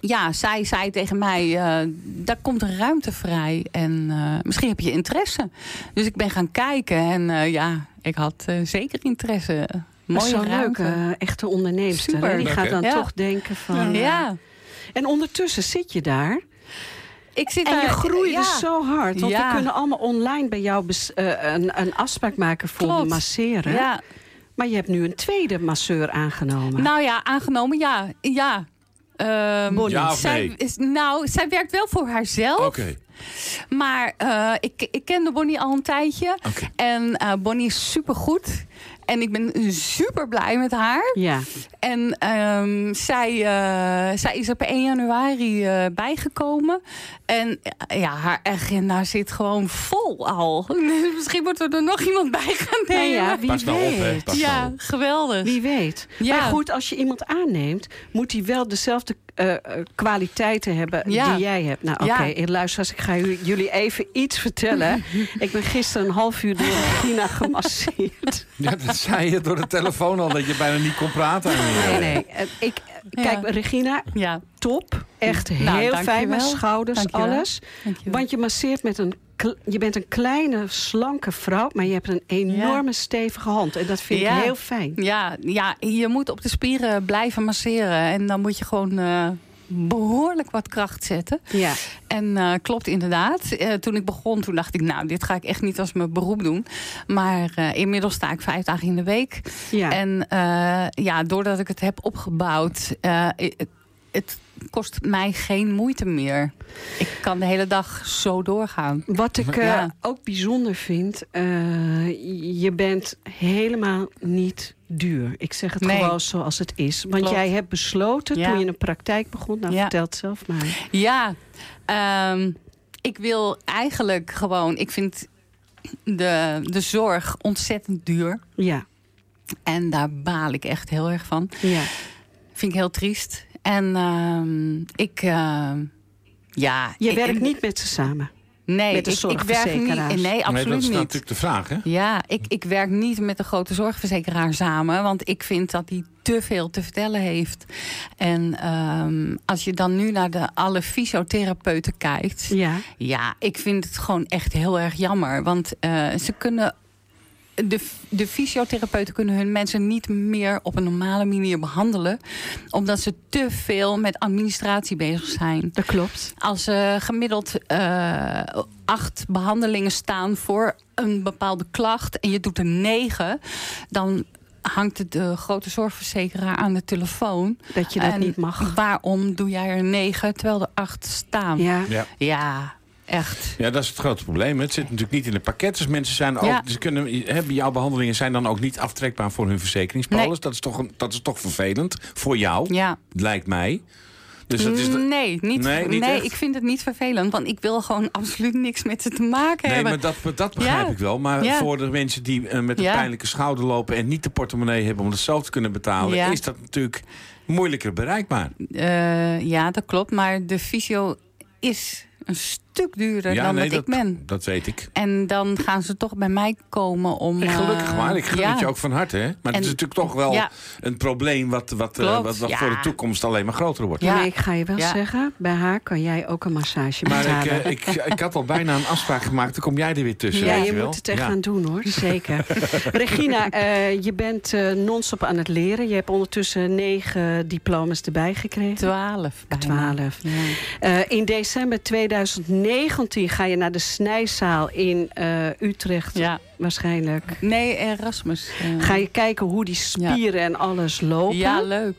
H: ja, zij zei tegen mij, eh, daar komt een ruimte vrij. En eh, misschien heb je interesse. Dus ik ben gaan kijken. En eh, ja, ik had eh, zeker interesse. Mooie
B: Zo'n
H: ruimte.
B: leuke, eh, echte onderneemster. hè?
H: Super.
B: Die
C: Leuk,
B: gaat
C: hè?
B: dan
H: Ja.
B: toch denken van... eh,
H: ja,
B: En ondertussen zit je daar.
H: ik zit
B: En je
H: daar-
B: groeide
H: ja.
B: zo hard. Want
H: Ja.
B: we kunnen allemaal online bij jou bes- eh, een, een afspraak maken voor
H: Klopt.
B: masseren.
H: Ja,
B: Maar je hebt nu een tweede masseur aangenomen.
H: Nou ja, aangenomen, ja. ja. Ehm,
B: Bonnie.
C: Ja of
H: zij,
C: nee?
H: is, nou, zij werkt wel voor haarzelf.
C: Oké.
H: Maar eh, ik, ik kende Bonnie al een tijdje.
C: Oké.
H: En eh, Bonnie is supergoed. En ik ben super blij met haar.
B: Ja.
H: En ehm, zij, eh, zij is er per 1 januari eh, bijgekomen. En eh, ja, haar agenda zit gewoon vol al. <laughs> Misschien moeten we er nog iemand bij gaan
B: Nou
H: nemen.
B: ja, wie
C: Pas nou op, hè.
B: weet.
C: Pas
H: Ja,
C: nou op.
H: geweldig.
B: Wie weet.
H: Ja.
B: Maar goed, als je iemand aanneemt, moet hij wel dezelfde eh, eh, kwaliteiten hebben
H: Ja.
B: die jij hebt. Nou, oké,
H: Ja.
B: eh, luisteraars, ik ga u- jullie even iets vertellen. ik ben gisteren een half uur door Regina gemasseerd.
C: Ja, dat zei je door de telefoon al, dat je bijna niet kon praten.
B: Nee, nee. <laughs> eh, Ik, eh, kijk,
H: Ja.
B: Regina,
H: Ja,
B: top. Echt
H: Nou,
B: heel fijn,
H: dankjewel.
B: mijn schouders,
H: Dankjewel.
B: alles.
H: dankjewel.
B: Want je masseert met een... kle- Je bent een kleine, slanke vrouw, maar je hebt een enorme, stevige hand. En dat vind
H: Ja.
B: ik heel fijn.
H: Ja, ja, je moet op de spieren blijven masseren. En dan moet je gewoon eh, behoorlijk wat kracht zetten.
B: Ja.
H: En eh, klopt inderdaad. Eh, toen ik begon, toen dacht ik, nou, dit ga ik echt niet als mijn beroep doen. Maar eh, inmiddels sta ik vijf dagen in de week.
B: Ja.
H: En eh, ja, doordat ik het heb opgebouwd, eh, het- het kost mij geen moeite meer. Ik kan de hele dag zo doorgaan.
B: Wat ik eh,
H: <laughs> Ja.
B: ook bijzonder vind, eh, je bent helemaal niet duur. Ik zeg het
H: Nee.
B: gewoon zoals het is. Want
H: Klopt.
B: jij hebt besloten
H: Ja.
B: toen je een praktijk begon, nou
H: Ja.
B: vertel het zelf maar.
H: Ja, ehm, ik wil eigenlijk gewoon. Ik vind de, de zorg ontzettend duur.
B: Ja,
H: En daar baal ik echt heel erg van.
B: ja.
H: Vind ik heel triest. En ehm, ik. ehm, ja,
B: Je
H: ik-
B: werkt niet met ze samen.
H: nee,
B: met de
H: ik, ik werk
B: zorgverzekeraars.
H: niet. Nee, absoluut
C: dat is nou
H: niet.
C: natuurlijk de vraag, hè?
H: Ja, ik, ik werk niet met de grote zorgverzekeraar samen. Want ik vind dat die te veel te vertellen heeft. En ehm, als je dan nu naar de alle fysiotherapeuten kijkt.
B: Ja,
H: Ja, ik vind het gewoon echt heel erg jammer. Want eh, ze kunnen. De, de fysiotherapeuten kunnen hun mensen niet meer op een normale manier behandelen. Omdat ze te veel met administratie bezig zijn.
B: dat klopt.
H: Als ze gemiddeld eh, acht behandelingen staan voor een bepaalde klacht. en je doet er negen. dan hangt de grote zorgverzekeraar aan de telefoon.
B: Dat je dat
H: En
B: niet mag.
H: Waarom doe jij er negen terwijl er acht staan?
B: Ja.
C: Ja.
H: Ja, echt.
C: Ja, dat is het grote probleem. Het zit natuurlijk niet in de pakket. Dus mensen zijn ook,
H: Ja.
C: ze kunnen, hebben jouw behandelingen zijn dan ook niet aftrekbaar voor hun verzekeringspolis.
H: Nee.
C: Dat, is toch, een- dat is toch vervelend voor jou,
H: Ja.
C: lijkt mij. Dus dat
H: Mm,
C: is de-
H: Nee, niet,
C: Nee, niet echt?
H: ik vind het niet vervelend. Want ik wil gewoon <laughs> absoluut niks met ze te maken
C: Nee,
H: hebben.
C: maar dat, dat begrijp
H: Ja.
C: ik wel. Maar
H: Ja.
C: voor de mensen die eh, met een
H: Ja.
C: pijnlijke schouder lopen... en niet de portemonnee hebben om dat zelf te kunnen betalen...
H: Ja.
C: is dat natuurlijk moeilijker bereikbaar.
H: Eh, ja, dat klopt. Maar de fysio is een stuk duurder dan
C: nee,
H: dat ik ben.
C: dat weet ik.
H: En dan gaan ze toch bij mij komen om...
C: En gelukkig
H: eh,
C: maar, ik gun
H: ja.
C: het je ook van harte. Hè? Maar het
H: En-
C: is natuurlijk toch wel
H: Ja.
C: een probleem... wat, wat, eh,
H: Klopt,
C: wat, wat
H: ja.
C: voor de toekomst alleen maar groter wordt.
H: Ja.
B: Maar ik ga je wel
H: Ja.
B: zeggen, bij haar kan jij ook een massage
C: Maar ik,
B: betalen.
C: eh, ik, ik had al bijna een afspraak gemaakt. Dan kom jij er weer tussen.
B: Ja,
C: weet
B: je
C: wel.
B: moet het echt
C: Ja.
B: gaan doen
C: <laughs>
B: hoor, zeker. Regina, eh, je bent eh non-stop aan het leren. Je hebt ondertussen negen diploma's erbij gekregen.
H: Twaalf bijna.
B: Twaalf.
H: Ja.
B: Eh, in december 2019 ga je naar de snijzaal in eh, Utrecht
H: ja.
B: waarschijnlijk.
H: Nee, Erasmus. eh.
B: Ga je kijken hoe die spieren en alles lopen?
H: ja, leuk.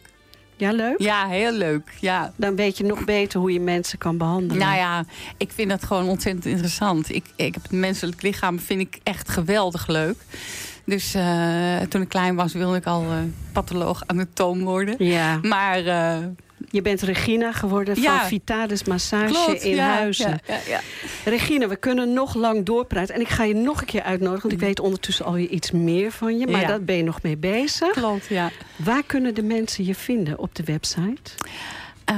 B: Ja, leuk.
H: Ja, heel leuk. Ja.
B: Dan weet je nog beter hoe je mensen kan behandelen.
H: Nou ja, ik vind dat gewoon ontzettend interessant. Ik, ik heb het menselijk lichaam vind ik echt geweldig leuk. Dus eh, toen ik klein was, wilde ik al eh, patholoog anatoom worden.
B: Ja,
H: Maar eh,
B: je bent Regina geworden
H: Ja.
B: van Vitalis Massage
H: klopt,
B: in
H: ja,
B: Huizen.
H: Ja, ja, ja.
B: Regine, we kunnen nog lang doorpraten. En ik ga je nog een keer uitnodigen, want ik weet ondertussen alweer iets meer van je. Maar
H: Mm. Ja.
B: daar ben je nog mee bezig.
H: klopt, ja.
B: Waar kunnen de mensen je vinden op de website?
H: Eh,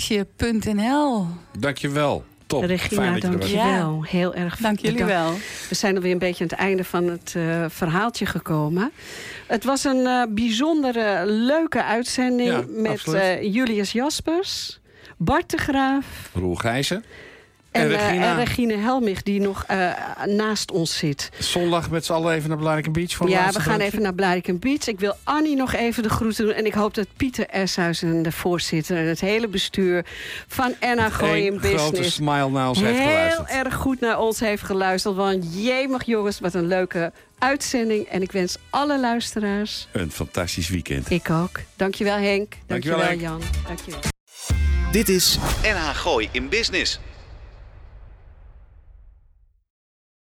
H: Vitalismassage.nl.
C: Dankjewel. Top. Oh, Fijn
B: Regina,
C: dat je er was.
B: dankjewel. Heel erg
H: Dank jullie
B: bedankt.
H: wel.
B: We zijn alweer een beetje aan het einde van het eh, verhaaltje gekomen. Het was een eh, bijzondere, leuke uitzending
C: Ja,
B: met
C: absoluut.
B: eh, Julius Jaspers. Bart de Graaf
C: Roel Gijzen.
B: en,
C: En
B: eh, en Regine.
C: Regina.
B: Helmich, die nog eh, naast ons zit.
C: Zondag met z'n allen even naar Blariken Beach. Voor een
B: Ja,
C: laatste
B: we gaan
C: drankje.
B: even naar Blariken Beach. Ik wil Annie nog even de groeten doen. En ik hoop dat Pieter Eshuis en de voorzitter en het hele bestuur van Enna Gooi in
C: Eén grote
B: Business...
C: smile naar ons heeft
B: heel
C: geluisterd.
B: erg goed naar ons heeft geluisterd. Want jemig jongens, wat een leuke uitzending. En ik wens alle luisteraars,
C: Een fantastisch weekend.
B: ik ook. Dankjewel Henk. Dankjewel,
C: Dankjewel, Henk.
B: Jan. Dankjewel.
A: Dit is NH Gooi in Business.